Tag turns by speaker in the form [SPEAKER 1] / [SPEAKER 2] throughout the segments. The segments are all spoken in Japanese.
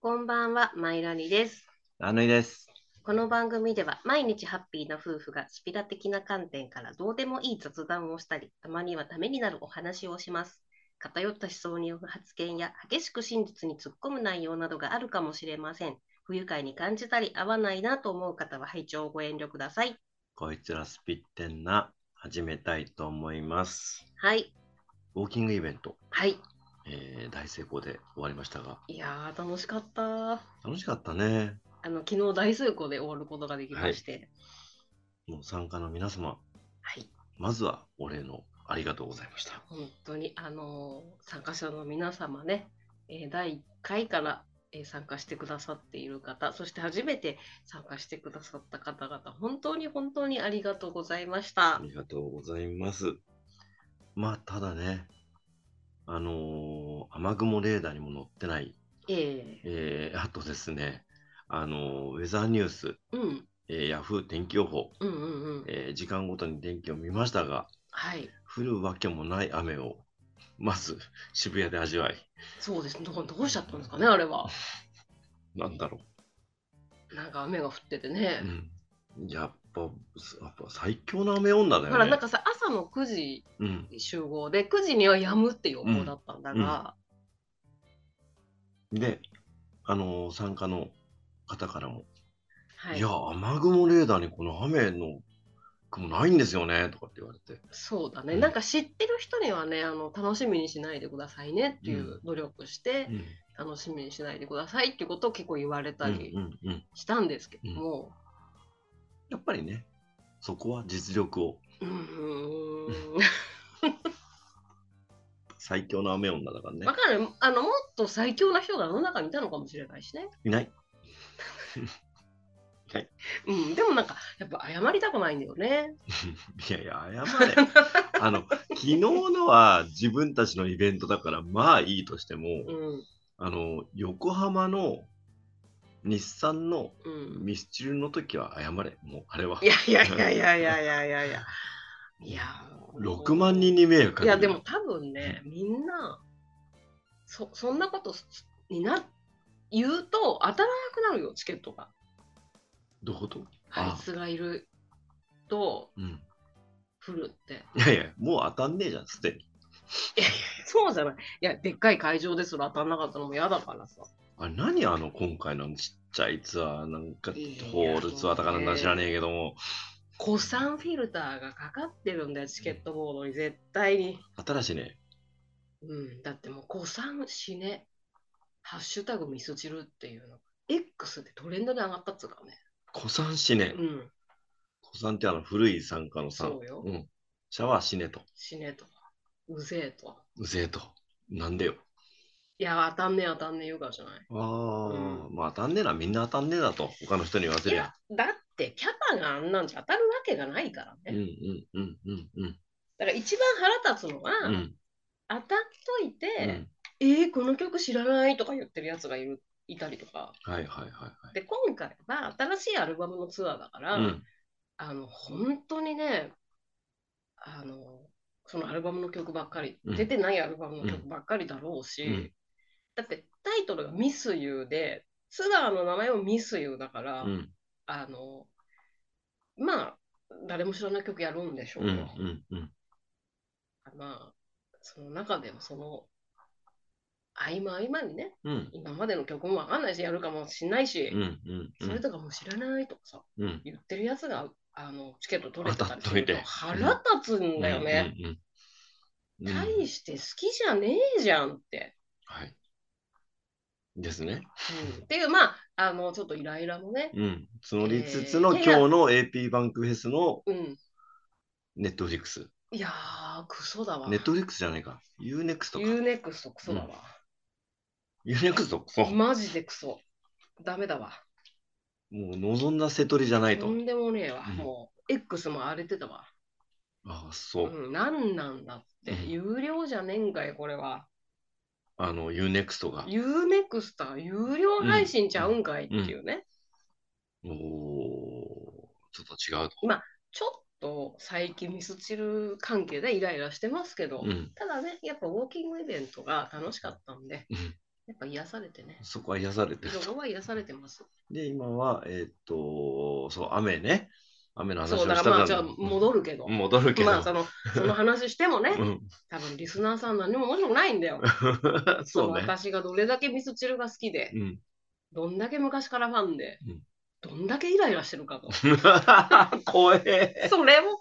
[SPEAKER 1] こんばんは、マイラニです。
[SPEAKER 2] あのいです。
[SPEAKER 1] この番組では毎日ハッピーな夫婦がスピラ的な観点からどうでもいい雑談をしたり、たまにはためになるお話をします。偏った思想による発言や激しく真実に突っ込む内容などがあるかもしれません。不愉快に感じたり合わないなと思う方は拝聴ご遠慮ください。
[SPEAKER 2] こいつらスピってんな。始めたいと思います。
[SPEAKER 1] はい。
[SPEAKER 2] ウォーキングイベント、
[SPEAKER 1] はい。
[SPEAKER 2] えー大成功で終わりましたが、
[SPEAKER 1] いやー、楽しかった。あ
[SPEAKER 2] 楽しかったね。
[SPEAKER 1] の、昨日大成功で終わることができまして。
[SPEAKER 2] もう参加の皆様、
[SPEAKER 1] はい。
[SPEAKER 2] まずはお礼のありがとうございました。
[SPEAKER 1] 本当にあの参加者の皆様ね、えー第1回から、えー参加してくださっている方そして初めて参加してくださった方々本当に本当にありがとうございました
[SPEAKER 2] ありがとうございます。まあ、ただね、あのー雨雲レーダーにも載ってない、
[SPEAKER 1] ええ
[SPEAKER 2] えーあとですね、あのーウェザーニュース、
[SPEAKER 1] うん
[SPEAKER 2] えー、ヤフー天気予報、
[SPEAKER 1] うんうんうん
[SPEAKER 2] えー時間ごとに天気を見ましたが、
[SPEAKER 1] はい
[SPEAKER 2] 降るわけもない雨をまず渋谷で味わい
[SPEAKER 1] そうですねどうどうしちゃったんですかねあれは
[SPEAKER 2] なんだろ
[SPEAKER 1] なんか雨が降ってて
[SPEAKER 2] う、
[SPEAKER 1] ね、
[SPEAKER 2] うん、やっぱすやっぱ最強の雨女だよね
[SPEAKER 1] ほらなんかさ朝の9時
[SPEAKER 2] うん、
[SPEAKER 1] 集合で9時には止むっていう予報だったんだが、
[SPEAKER 2] であのー参加の方からも、、
[SPEAKER 1] はいい
[SPEAKER 2] や雨雲レーダーにこの雨の雲ないんですよねとかって言われて
[SPEAKER 1] そうだね、
[SPEAKER 2] うん
[SPEAKER 1] なんか知ってる人にはねあの楽しみにしないでくださいねっていう努力して、
[SPEAKER 2] うん
[SPEAKER 1] 楽しみにしないでくださいっていうことを結構言われたり
[SPEAKER 2] うんうんうん
[SPEAKER 1] したんですけども、
[SPEAKER 2] やっぱりねそこは実力を
[SPEAKER 1] うん、う
[SPEAKER 2] 最強の雨女だから
[SPEAKER 1] ーん
[SPEAKER 2] ね
[SPEAKER 1] わかるあのもっと最強な人が世の中にいたのかもしれないしね、
[SPEAKER 2] いない
[SPEAKER 1] うん、でもなんかやっぱ謝りたくないんだよね
[SPEAKER 2] いやいや、謝 れ。あの、昨日のは自分たちのイベントだから、まあいいとしても、
[SPEAKER 1] うん
[SPEAKER 2] あの、横浜の日産の
[SPEAKER 1] うん
[SPEAKER 2] ミスチルの時は謝れ。もう、あれは。
[SPEAKER 1] いやいやいやいやいやいやいやいやいや
[SPEAKER 2] 6万人に迷惑か
[SPEAKER 1] い
[SPEAKER 2] け
[SPEAKER 1] や
[SPEAKER 2] る
[SPEAKER 1] でも、多分ねみんなそそんなことすにな言うと当たらなくなるよチケットが
[SPEAKER 2] どういうこと
[SPEAKER 1] あいつがいると
[SPEAKER 2] うん。
[SPEAKER 1] 降るって
[SPEAKER 2] いやいや、もう当たんねえじゃん、すでに。
[SPEAKER 1] そうじゃないいやでっかい会場ですら当たんなかったのも嫌だからさ
[SPEAKER 2] あれ何あの、今回のちっちゃいツアー、なんか、ホ
[SPEAKER 1] いや
[SPEAKER 2] ールツアーだかなんか知らねえけども、
[SPEAKER 1] 古参フィルターがかかってるんだよチケットボードに絶対に、
[SPEAKER 2] 新しいね。
[SPEAKER 1] うん、だってもう古参死ねハッシュタグミスチルっていうの X でトレンドで上がったっつうかね
[SPEAKER 2] 古参しね。
[SPEAKER 1] うん
[SPEAKER 2] 古参ってあの、古い参加のさ
[SPEAKER 1] そうよ
[SPEAKER 2] うん。シャワーしねえと。
[SPEAKER 1] 死ねとうぜえと
[SPEAKER 2] うぜえと。なんでよ。
[SPEAKER 1] いや当たんねえ当たんねえ言うからじゃない
[SPEAKER 2] ああ、まあ当たんねえな、みんな当たんねえなと、他の人に言わせ
[SPEAKER 1] い
[SPEAKER 2] りゃ
[SPEAKER 1] や。だってキャパがあんなんじゃ当たるわけがないからね、
[SPEAKER 2] うんうんうんうんうん。
[SPEAKER 1] だから一番腹立つのは、
[SPEAKER 2] うん
[SPEAKER 1] 当たっといて、え
[SPEAKER 2] うん。
[SPEAKER 1] ー、この曲知らないとか言ってるやつがいるいたりとか
[SPEAKER 2] はいはいはいは
[SPEAKER 1] で今回は新しいアルバムのツアーだから、
[SPEAKER 2] い。うん。
[SPEAKER 1] あの本当にねあのそのアルバムの曲ばっかり、
[SPEAKER 2] うん
[SPEAKER 1] 出てないアルバムの曲ばっかりだろうし、
[SPEAKER 2] うん
[SPEAKER 1] だってタイトルが「ミスユーでツアーの名前も「ミスユーだから、
[SPEAKER 2] うん
[SPEAKER 1] あのまあ誰も知らない曲やるんでしょ
[SPEAKER 2] う
[SPEAKER 1] うんと。
[SPEAKER 2] うんうん。
[SPEAKER 1] まあその中でもその合間合間にね
[SPEAKER 2] うん
[SPEAKER 1] 今までの曲もわかんないしやるかもしんないし、
[SPEAKER 2] うんうんう
[SPEAKER 1] それ
[SPEAKER 2] ん
[SPEAKER 1] とかもう知らないとかさ
[SPEAKER 2] うん。
[SPEAKER 1] 言ってるやつがあのチケット取れてたりす
[SPEAKER 2] 当たっ
[SPEAKER 1] る
[SPEAKER 2] と
[SPEAKER 1] と
[SPEAKER 2] いて
[SPEAKER 1] 腹立つんだよね、
[SPEAKER 2] うんうんうん。うん
[SPEAKER 1] 大して好きじゃねえじゃんって、
[SPEAKER 2] はい。ですね。
[SPEAKER 1] うんっていうまああのちょっとイライラもね、
[SPEAKER 2] うん。募りつつ
[SPEAKER 1] え
[SPEAKER 2] の
[SPEAKER 1] ー
[SPEAKER 2] 今
[SPEAKER 1] い
[SPEAKER 2] 日
[SPEAKER 1] や
[SPEAKER 2] の AP バンクフェスの
[SPEAKER 1] うん、
[SPEAKER 2] ネットフリックス。
[SPEAKER 1] いやークソだわ
[SPEAKER 2] ネットフリックスじゃないか。UNEXT とか。
[SPEAKER 1] UNEXT クソだわ、
[SPEAKER 2] UNEXT とか。そうも
[SPEAKER 1] マジでクソダメだわ
[SPEAKER 2] う望んだ瀬取りじゃない
[SPEAKER 1] と
[SPEAKER 2] と。
[SPEAKER 1] んでもねえわ、
[SPEAKER 2] うん
[SPEAKER 1] もう X も荒れてたわ
[SPEAKER 2] ああ、そう。
[SPEAKER 1] うん、何なんだって、
[SPEAKER 2] うん
[SPEAKER 1] 有料じゃねえんかい、これは。
[SPEAKER 2] あの、UNEXT が。
[SPEAKER 1] UNEXT は有料配信ちゃうんかいっていうね、
[SPEAKER 2] おおちょっと違うと。
[SPEAKER 1] ちょっと最近ミスチル関係でイライラしてますけど、
[SPEAKER 2] うん。
[SPEAKER 1] ただね、やっぱウォーキングイベントが楽しかったんで、
[SPEAKER 2] うん
[SPEAKER 1] やっぱ癒されてね。
[SPEAKER 2] そこは癒されてると。
[SPEAKER 1] 色は癒されてます。
[SPEAKER 2] で、今は、えーっと、そう、雨ね。雨 の話
[SPEAKER 1] そ
[SPEAKER 2] を
[SPEAKER 1] う、
[SPEAKER 2] し
[SPEAKER 1] だ
[SPEAKER 2] たか
[SPEAKER 1] からま
[SPEAKER 2] ら
[SPEAKER 1] あ、じゃあ戻るけど。
[SPEAKER 2] 戻るけど。
[SPEAKER 1] まあ、 その、その話してもね、
[SPEAKER 2] うん、
[SPEAKER 1] 多分リスナーさん何も面白くないんだよ。
[SPEAKER 2] そうね。
[SPEAKER 1] 私がどれだけミスチルが好きで、
[SPEAKER 2] うん。
[SPEAKER 1] どんだけ昔からファンで、
[SPEAKER 2] うん
[SPEAKER 1] どんだけイライラしてるかと。
[SPEAKER 2] 怖え。
[SPEAKER 1] それを語っ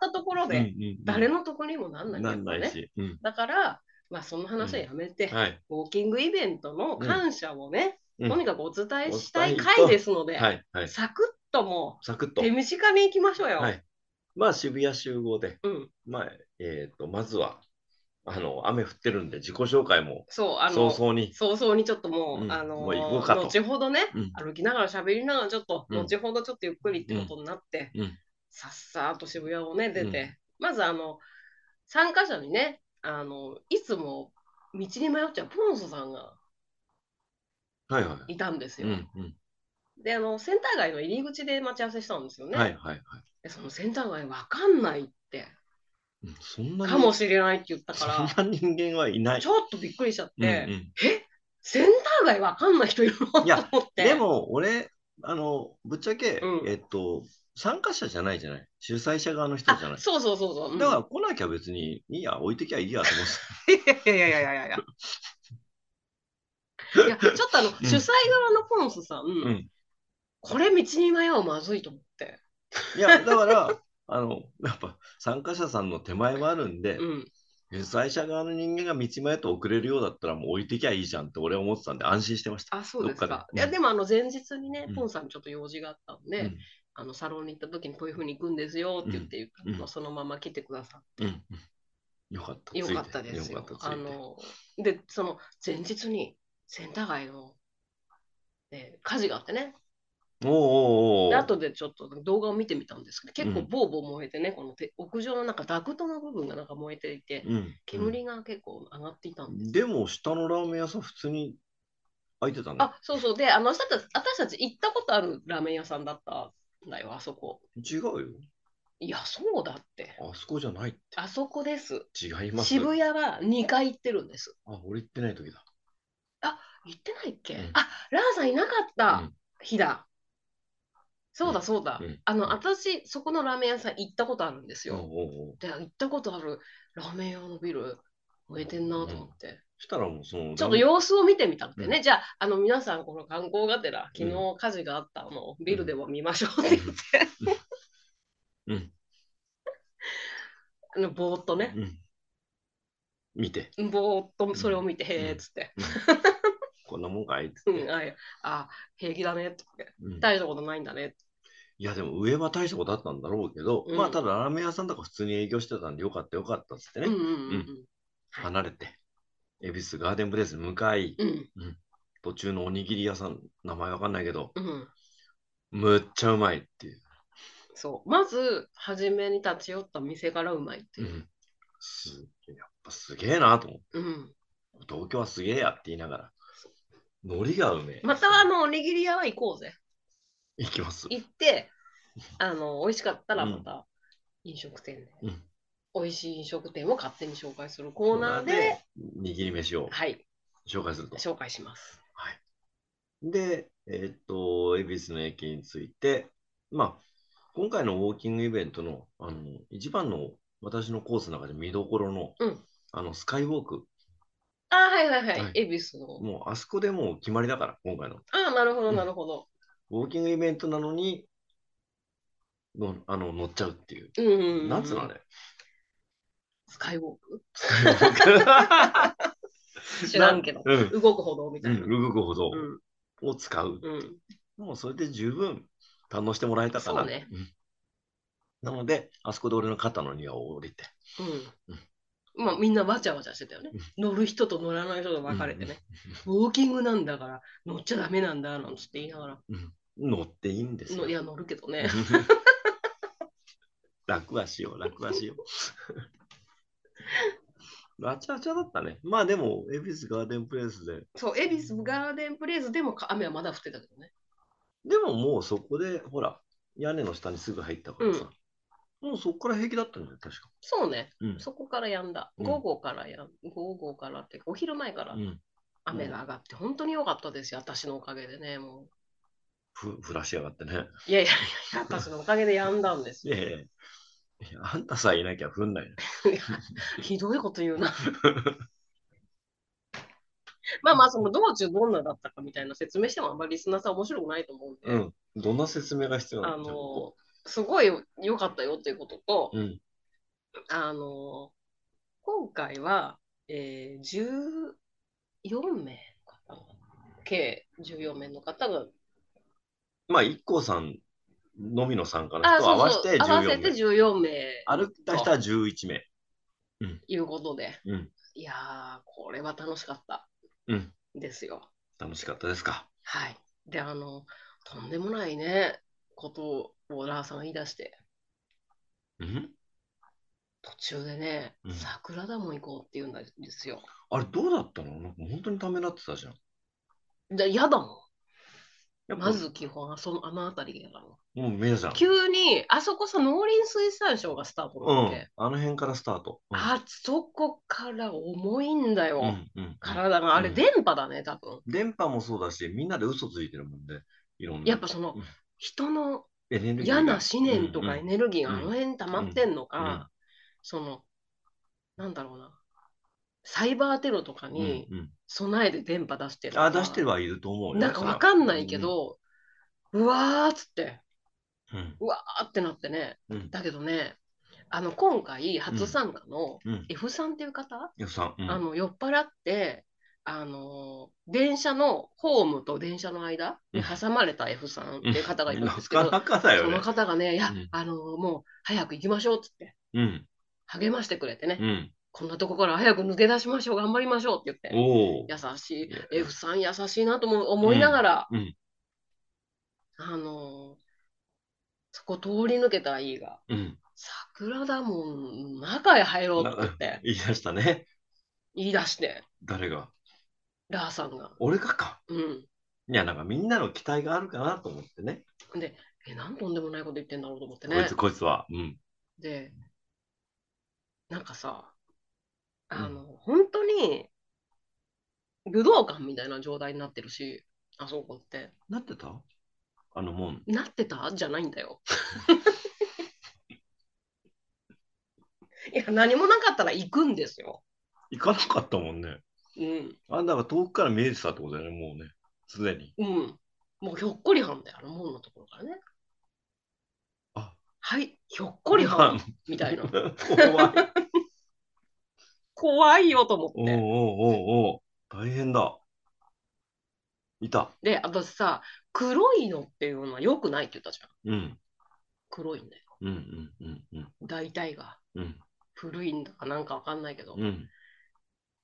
[SPEAKER 1] たところで、誰
[SPEAKER 2] も
[SPEAKER 1] のとこにもなんないんだ
[SPEAKER 2] な
[SPEAKER 1] よ
[SPEAKER 2] ん
[SPEAKER 1] ね。
[SPEAKER 2] ないし。うん
[SPEAKER 1] だから、まあ、その話はやめて、
[SPEAKER 2] はい。
[SPEAKER 1] ウォーキングイベントの感謝をね、
[SPEAKER 2] うん
[SPEAKER 1] とにかくお伝えした
[SPEAKER 2] お
[SPEAKER 1] い
[SPEAKER 2] 伝え
[SPEAKER 1] 回ですので、
[SPEAKER 2] はい。はい。
[SPEAKER 1] サクッとも
[SPEAKER 2] サクッ
[SPEAKER 1] う
[SPEAKER 2] と
[SPEAKER 1] 手。短に行きましょうよ。
[SPEAKER 2] はい。まあ、渋谷集合で、
[SPEAKER 1] うん、
[SPEAKER 2] まあ、えーっと、まずは、あの、雨降ってるんで、自己紹介も
[SPEAKER 1] そう、あの、
[SPEAKER 2] 早々に。
[SPEAKER 1] 早々にちょっともう、
[SPEAKER 2] うん
[SPEAKER 1] あの
[SPEAKER 2] もう行こうかと
[SPEAKER 1] 後ほどね、
[SPEAKER 2] うん
[SPEAKER 1] 歩きながら喋りながらちょっと、
[SPEAKER 2] うん
[SPEAKER 1] 後ほどちょっとゆっくりってことになって、
[SPEAKER 2] うん
[SPEAKER 1] さっさーと渋谷をね出て、
[SPEAKER 2] うん
[SPEAKER 1] まずあの参加者にねあのいつも道に迷っちゃうポンソさんが
[SPEAKER 2] はいはい
[SPEAKER 1] たんです
[SPEAKER 2] い。
[SPEAKER 1] よ、
[SPEAKER 2] うんうん
[SPEAKER 1] であのセンター街の入り口で待ち合わせしたんですよね、
[SPEAKER 2] はいはいはい
[SPEAKER 1] でそのセンター街わかんないって
[SPEAKER 2] うん。そんな
[SPEAKER 1] かもしれないって言ったか
[SPEAKER 2] そんな人間はいな
[SPEAKER 1] ら
[SPEAKER 2] い。
[SPEAKER 1] ちょっとびっくりしちゃって、
[SPEAKER 2] うんうん
[SPEAKER 1] センター街わかんない人いるの
[SPEAKER 2] いや
[SPEAKER 1] と思って
[SPEAKER 2] でも、俺、あの、ぶっちゃけ、
[SPEAKER 1] うん
[SPEAKER 2] えっと、参加者じゃないじゃない。主催者側の人
[SPEAKER 1] あ
[SPEAKER 2] じゃない。
[SPEAKER 1] そうそうそうそう、うん
[SPEAKER 2] だから来なきゃ別に、いいや、置いてきゃいいやと思って
[SPEAKER 1] いやいやいやいやいやいや。いやちょっとあの、
[SPEAKER 2] うん
[SPEAKER 1] 主催側のポンスさん、
[SPEAKER 2] ん
[SPEAKER 1] これ道に迷うまずいと思って、
[SPEAKER 2] た。いや、だから、あの、やっぱ参加者さんの手前もあるんで
[SPEAKER 1] う、ん、
[SPEAKER 2] 主催者側の人間が道迷って遅れるようだったら、もう置いてきゃいいじゃんって俺は思ってたんで、安心してました。
[SPEAKER 1] あそうですか
[SPEAKER 2] どっか
[SPEAKER 1] い
[SPEAKER 2] で
[SPEAKER 1] やでもあの前日にね、
[SPEAKER 2] うん
[SPEAKER 1] ポンさんにちょっと用事があったんで、
[SPEAKER 2] うん
[SPEAKER 1] あのサロンに行った時にこういうふうに行くんですよって言って、
[SPEAKER 2] うんうん
[SPEAKER 1] そのまま来てくださっ
[SPEAKER 2] うんうんよかった。
[SPEAKER 1] てよかったですよ
[SPEAKER 2] ついてよかった。
[SPEAKER 1] あ
[SPEAKER 2] ついて
[SPEAKER 1] のでその前日にセンター街の、ね火事があってね
[SPEAKER 2] おうおうおう
[SPEAKER 1] で後でちょっと動画を見てみたんですけど結
[SPEAKER 2] う
[SPEAKER 1] 構
[SPEAKER 2] ん
[SPEAKER 1] ボーボー燃えてね、このて屋上の中ダクトの部分がなんか燃えていて
[SPEAKER 2] うんうん
[SPEAKER 1] 煙が結構上がっていたんで、
[SPEAKER 2] でも、下のラーメン屋さん、普通に開いてたね。
[SPEAKER 1] あそうそうであの私たち私たち行ったことあるラーメン屋さんだったんだよあそこ
[SPEAKER 2] 違うよ。
[SPEAKER 1] いやそうだって
[SPEAKER 2] あそこじゃない。
[SPEAKER 1] あそこです
[SPEAKER 2] 違います。
[SPEAKER 1] 渋谷は2回行ってるんです
[SPEAKER 2] あ、俺行ってない時だ。
[SPEAKER 1] 行ってないっけ、
[SPEAKER 2] うん
[SPEAKER 1] あラーさんいなかった日だ、そうだそうだ、
[SPEAKER 2] うん
[SPEAKER 1] あ
[SPEAKER 2] うん
[SPEAKER 1] の私そこのラーメン屋さん行ったことあるんです
[SPEAKER 2] うん、お
[SPEAKER 1] よ、
[SPEAKER 2] うおうおう
[SPEAKER 1] で行ったことあるラーメン屋のビル燃えてんなと思って、
[SPEAKER 2] したらもうその、
[SPEAKER 1] ちょっと様子を見てみたくてね、
[SPEAKER 2] う
[SPEAKER 1] じゃああの皆さんこの観光がてら
[SPEAKER 2] う
[SPEAKER 1] 昨
[SPEAKER 2] ん
[SPEAKER 1] 日火事があったのをビルでも見ましょうって言って、
[SPEAKER 2] うん、
[SPEAKER 1] あのぼーっとね
[SPEAKER 2] うん。見て、
[SPEAKER 1] ぼーっとそれを見て、
[SPEAKER 2] ん
[SPEAKER 1] へーっつって、
[SPEAKER 2] こんなもんかいっつっ
[SPEAKER 1] う
[SPEAKER 2] て
[SPEAKER 1] ん、あいあ平気だねって
[SPEAKER 2] うん
[SPEAKER 1] 大したことないんだねって
[SPEAKER 2] いや、でも上は大したことあったんだろうけど、
[SPEAKER 1] うん
[SPEAKER 2] まあ、ただラーメン屋さんとか普通に営業してたんで、よかったよかったっつってね、
[SPEAKER 1] うんうんうんはい
[SPEAKER 2] 離れて、恵比寿ガーデンブレス向かい、
[SPEAKER 1] うん
[SPEAKER 2] 途中のおにぎり屋さん、名前わかんないけど、
[SPEAKER 1] うんうん
[SPEAKER 2] むっちゃうまいっていう。
[SPEAKER 1] そうまず初めに立ち寄った店からうまいって
[SPEAKER 2] う
[SPEAKER 1] いう、
[SPEAKER 2] ん、すやっぱすげえなと思って、
[SPEAKER 1] うん
[SPEAKER 2] 東京はすげえやって言いながら、海苔がうめえ。
[SPEAKER 1] またあのおにぎり屋は行こうぜ
[SPEAKER 2] 行きます。
[SPEAKER 1] 行ってあの美味しかったらまた飲食店で、
[SPEAKER 2] うん
[SPEAKER 1] 美味しい飲食店を勝手に紹介するコーナーで、
[SPEAKER 2] 握り飯を
[SPEAKER 1] はい
[SPEAKER 2] 紹介すると。
[SPEAKER 1] 紹介します
[SPEAKER 2] で、えーっと、恵比寿の駅について、まあ、今回のウォーキングイベントの、あの、一番の私のコースの中で見どころの、
[SPEAKER 1] うん
[SPEAKER 2] あの、スカイウォーク。
[SPEAKER 1] あはいはいはい、
[SPEAKER 2] はい
[SPEAKER 1] 恵比寿の
[SPEAKER 2] もう、あそこでもう決まりだから、今回の。
[SPEAKER 1] あなるほどなるほど、
[SPEAKER 2] ウォーキングイベントなのに、のあの乗っちゃうっていう。
[SPEAKER 1] うんうんうん、
[SPEAKER 2] なんつうのあれ
[SPEAKER 1] スカイウォーク
[SPEAKER 2] スカイウォーク
[SPEAKER 1] 知らんけど
[SPEAKER 2] なうん。
[SPEAKER 1] 動く歩道みた
[SPEAKER 2] う
[SPEAKER 1] い
[SPEAKER 2] ん
[SPEAKER 1] な、
[SPEAKER 2] 動くほど
[SPEAKER 1] うん
[SPEAKER 2] を使う。
[SPEAKER 1] うん
[SPEAKER 2] もうそれで十分堪能してもらえたかな。
[SPEAKER 1] そうね
[SPEAKER 2] んなので、あそこで俺の肩の荷が降りて。
[SPEAKER 1] うんまあ、みんなわちゃわちゃしてたよね。乗る人と乗らない人と分かれてね。ウォーキングなんだから乗っちゃダメなんだなんつって言いながら、
[SPEAKER 2] うん。乗っていいんですよ
[SPEAKER 1] のい。や乗るけどね。
[SPEAKER 2] 楽はしよう、楽はしよう。 あちゃあちゃだったね。まあでも、恵比寿ガーデンプレイスで。
[SPEAKER 1] そう、恵比寿ガーデンプレイスでもか雨はまだ降ってたけどね。
[SPEAKER 2] でももうそこで、ほら、屋根の下にすぐ入ったからさ。もうそこから平気だったんだよ、確か。
[SPEAKER 1] そうね、
[SPEAKER 2] うん
[SPEAKER 1] そこからやんだ。
[SPEAKER 2] うん
[SPEAKER 1] 午後からやん、午後からっていうか、お昼前から
[SPEAKER 2] うん。
[SPEAKER 1] 雨が上がって、本当に良かったですよ、私のおかげでね、もう。
[SPEAKER 2] ふ、ふらしやがってね。
[SPEAKER 1] いやいやいや、私のおかげでやんだんです
[SPEAKER 2] い
[SPEAKER 1] よ。
[SPEAKER 2] やいやいやあんたさえいなきゃ降んない
[SPEAKER 1] いや ひどいこと言うな。まあまあ、その道中どんなだったかみたいな説明してもあんまりリスナーさん面白くないと思うんで、
[SPEAKER 2] な。うん。どんな説明が必要な
[SPEAKER 1] あ
[SPEAKER 2] の
[SPEAKER 1] の、すごい良かったよっていうことと、
[SPEAKER 2] うん。
[SPEAKER 1] あの、今回は、えー、14名かな計14名の方が、
[SPEAKER 2] まあ、一 k さんのみの参加の
[SPEAKER 1] あ
[SPEAKER 2] 人を合
[SPEAKER 1] そうそ
[SPEAKER 2] わせ
[SPEAKER 1] う
[SPEAKER 2] て
[SPEAKER 1] 合わせ
[SPEAKER 2] 14
[SPEAKER 1] て
[SPEAKER 2] 名。
[SPEAKER 1] 14名
[SPEAKER 2] 歩いた人は11名。
[SPEAKER 1] いうことで、
[SPEAKER 2] うん
[SPEAKER 1] いやー、これは楽しかった
[SPEAKER 2] うん。
[SPEAKER 1] ですよ。
[SPEAKER 2] 楽しかったですか。
[SPEAKER 1] はい。で、あの、とんでもないね、ことをラーさんが言い出して、
[SPEAKER 2] うん
[SPEAKER 1] 途中でね
[SPEAKER 2] う、ん
[SPEAKER 1] 桜田も行こうって言うんですよ。
[SPEAKER 2] あれ、どうだったのなんか本当にためらってたじゃん。
[SPEAKER 1] で、嫌だも
[SPEAKER 2] やっ
[SPEAKER 1] ん。
[SPEAKER 2] ぱ
[SPEAKER 1] まず基本、あその、あの辺り嫌だもん。
[SPEAKER 2] もう皆さん。
[SPEAKER 1] 急に、あそこさ、農林水産省がスタート
[SPEAKER 2] う
[SPEAKER 1] なん
[SPEAKER 2] ん
[SPEAKER 1] で、。
[SPEAKER 2] あの辺からスタート。うん
[SPEAKER 1] あそこから重いんだよ。
[SPEAKER 2] うんうんうん
[SPEAKER 1] 体が、あれ、
[SPEAKER 2] うん
[SPEAKER 1] 電波だね、多分。
[SPEAKER 2] 電波もそうだし、みんなで嘘ついてるもんで、いろんな。
[SPEAKER 1] やっぱその
[SPEAKER 2] うん、
[SPEAKER 1] 人の
[SPEAKER 2] エネルギーが
[SPEAKER 1] 嫌な思念とかエネルギーが
[SPEAKER 2] うん
[SPEAKER 1] あの辺溜まってんのか、その、なんだろうな、サイバーテロとか
[SPEAKER 2] うんうん
[SPEAKER 1] に
[SPEAKER 2] うん
[SPEAKER 1] 備えて電波出してるのか
[SPEAKER 2] あ、出してはいると思うよ。
[SPEAKER 1] なんかわかんないけど、うわーっつって、
[SPEAKER 2] それは。
[SPEAKER 1] うわーってなってね、
[SPEAKER 2] うん。うん。
[SPEAKER 1] だけどね、あの今回、初参加の
[SPEAKER 2] うん。
[SPEAKER 1] F さんっていう方、
[SPEAKER 2] よさん。うん
[SPEAKER 1] あの酔っ払って、あの電車のホームと電車の間に挟まれた F さんっていう方がいるんですけど、
[SPEAKER 2] なかなかだよ
[SPEAKER 1] その
[SPEAKER 2] ね。
[SPEAKER 1] 方がね、いや、
[SPEAKER 2] うん
[SPEAKER 1] あのもう早く行きましょうっつって、
[SPEAKER 2] うん。
[SPEAKER 1] 励ましてくれてね、
[SPEAKER 2] うん。
[SPEAKER 1] こんなとこから早く抜け出しましょう、頑張りましょうって言って、
[SPEAKER 2] おお。
[SPEAKER 1] 優しい
[SPEAKER 2] いや、
[SPEAKER 1] F さん優しいなとも思いながら、
[SPEAKER 2] うんうん
[SPEAKER 1] あのそこ通り抜けた E が、
[SPEAKER 2] うん。
[SPEAKER 1] 桜田門の中へ入ろうって言って、
[SPEAKER 2] 言い出したね。
[SPEAKER 1] 言い出して、
[SPEAKER 2] 誰が。
[SPEAKER 1] ラーさんが。
[SPEAKER 2] 俺がか。
[SPEAKER 1] うん。
[SPEAKER 2] いや、なんかみんなの期待があるかなと思ってね。
[SPEAKER 1] で、え、なんとんでもないこと言ってんだろうと思って
[SPEAKER 2] こい
[SPEAKER 1] ね
[SPEAKER 2] つ、。こいつは。うん。
[SPEAKER 1] で、なんかさ、あの、本当に武道館みたいな状態になってるし、あそこって。
[SPEAKER 2] なってたあのもん。
[SPEAKER 1] なってたじゃないんだ よ。いや、何もなかったら行くんですよ。
[SPEAKER 2] 行かなかったもんね。
[SPEAKER 1] うん。
[SPEAKER 2] あんたが遠くから見えてたってことだよね、もうね。すでに。
[SPEAKER 1] うん。もうひょっこりはんだよ、あの門のところからね。
[SPEAKER 2] あ
[SPEAKER 1] はい、ひょっこりはんみたいな。
[SPEAKER 2] 怖い。
[SPEAKER 1] 怖いよと思
[SPEAKER 2] お
[SPEAKER 1] っ
[SPEAKER 2] う
[SPEAKER 1] て。
[SPEAKER 2] おうおうおう大変だ。いた。
[SPEAKER 1] で、私さ、黒いのっていうのは良くないって言ったじゃん。
[SPEAKER 2] うん。
[SPEAKER 1] 黒いんだよ。
[SPEAKER 2] うんうんうんうん
[SPEAKER 1] 大体が。
[SPEAKER 2] うん
[SPEAKER 1] 古いんだかなんかわかんないけど。
[SPEAKER 2] うん。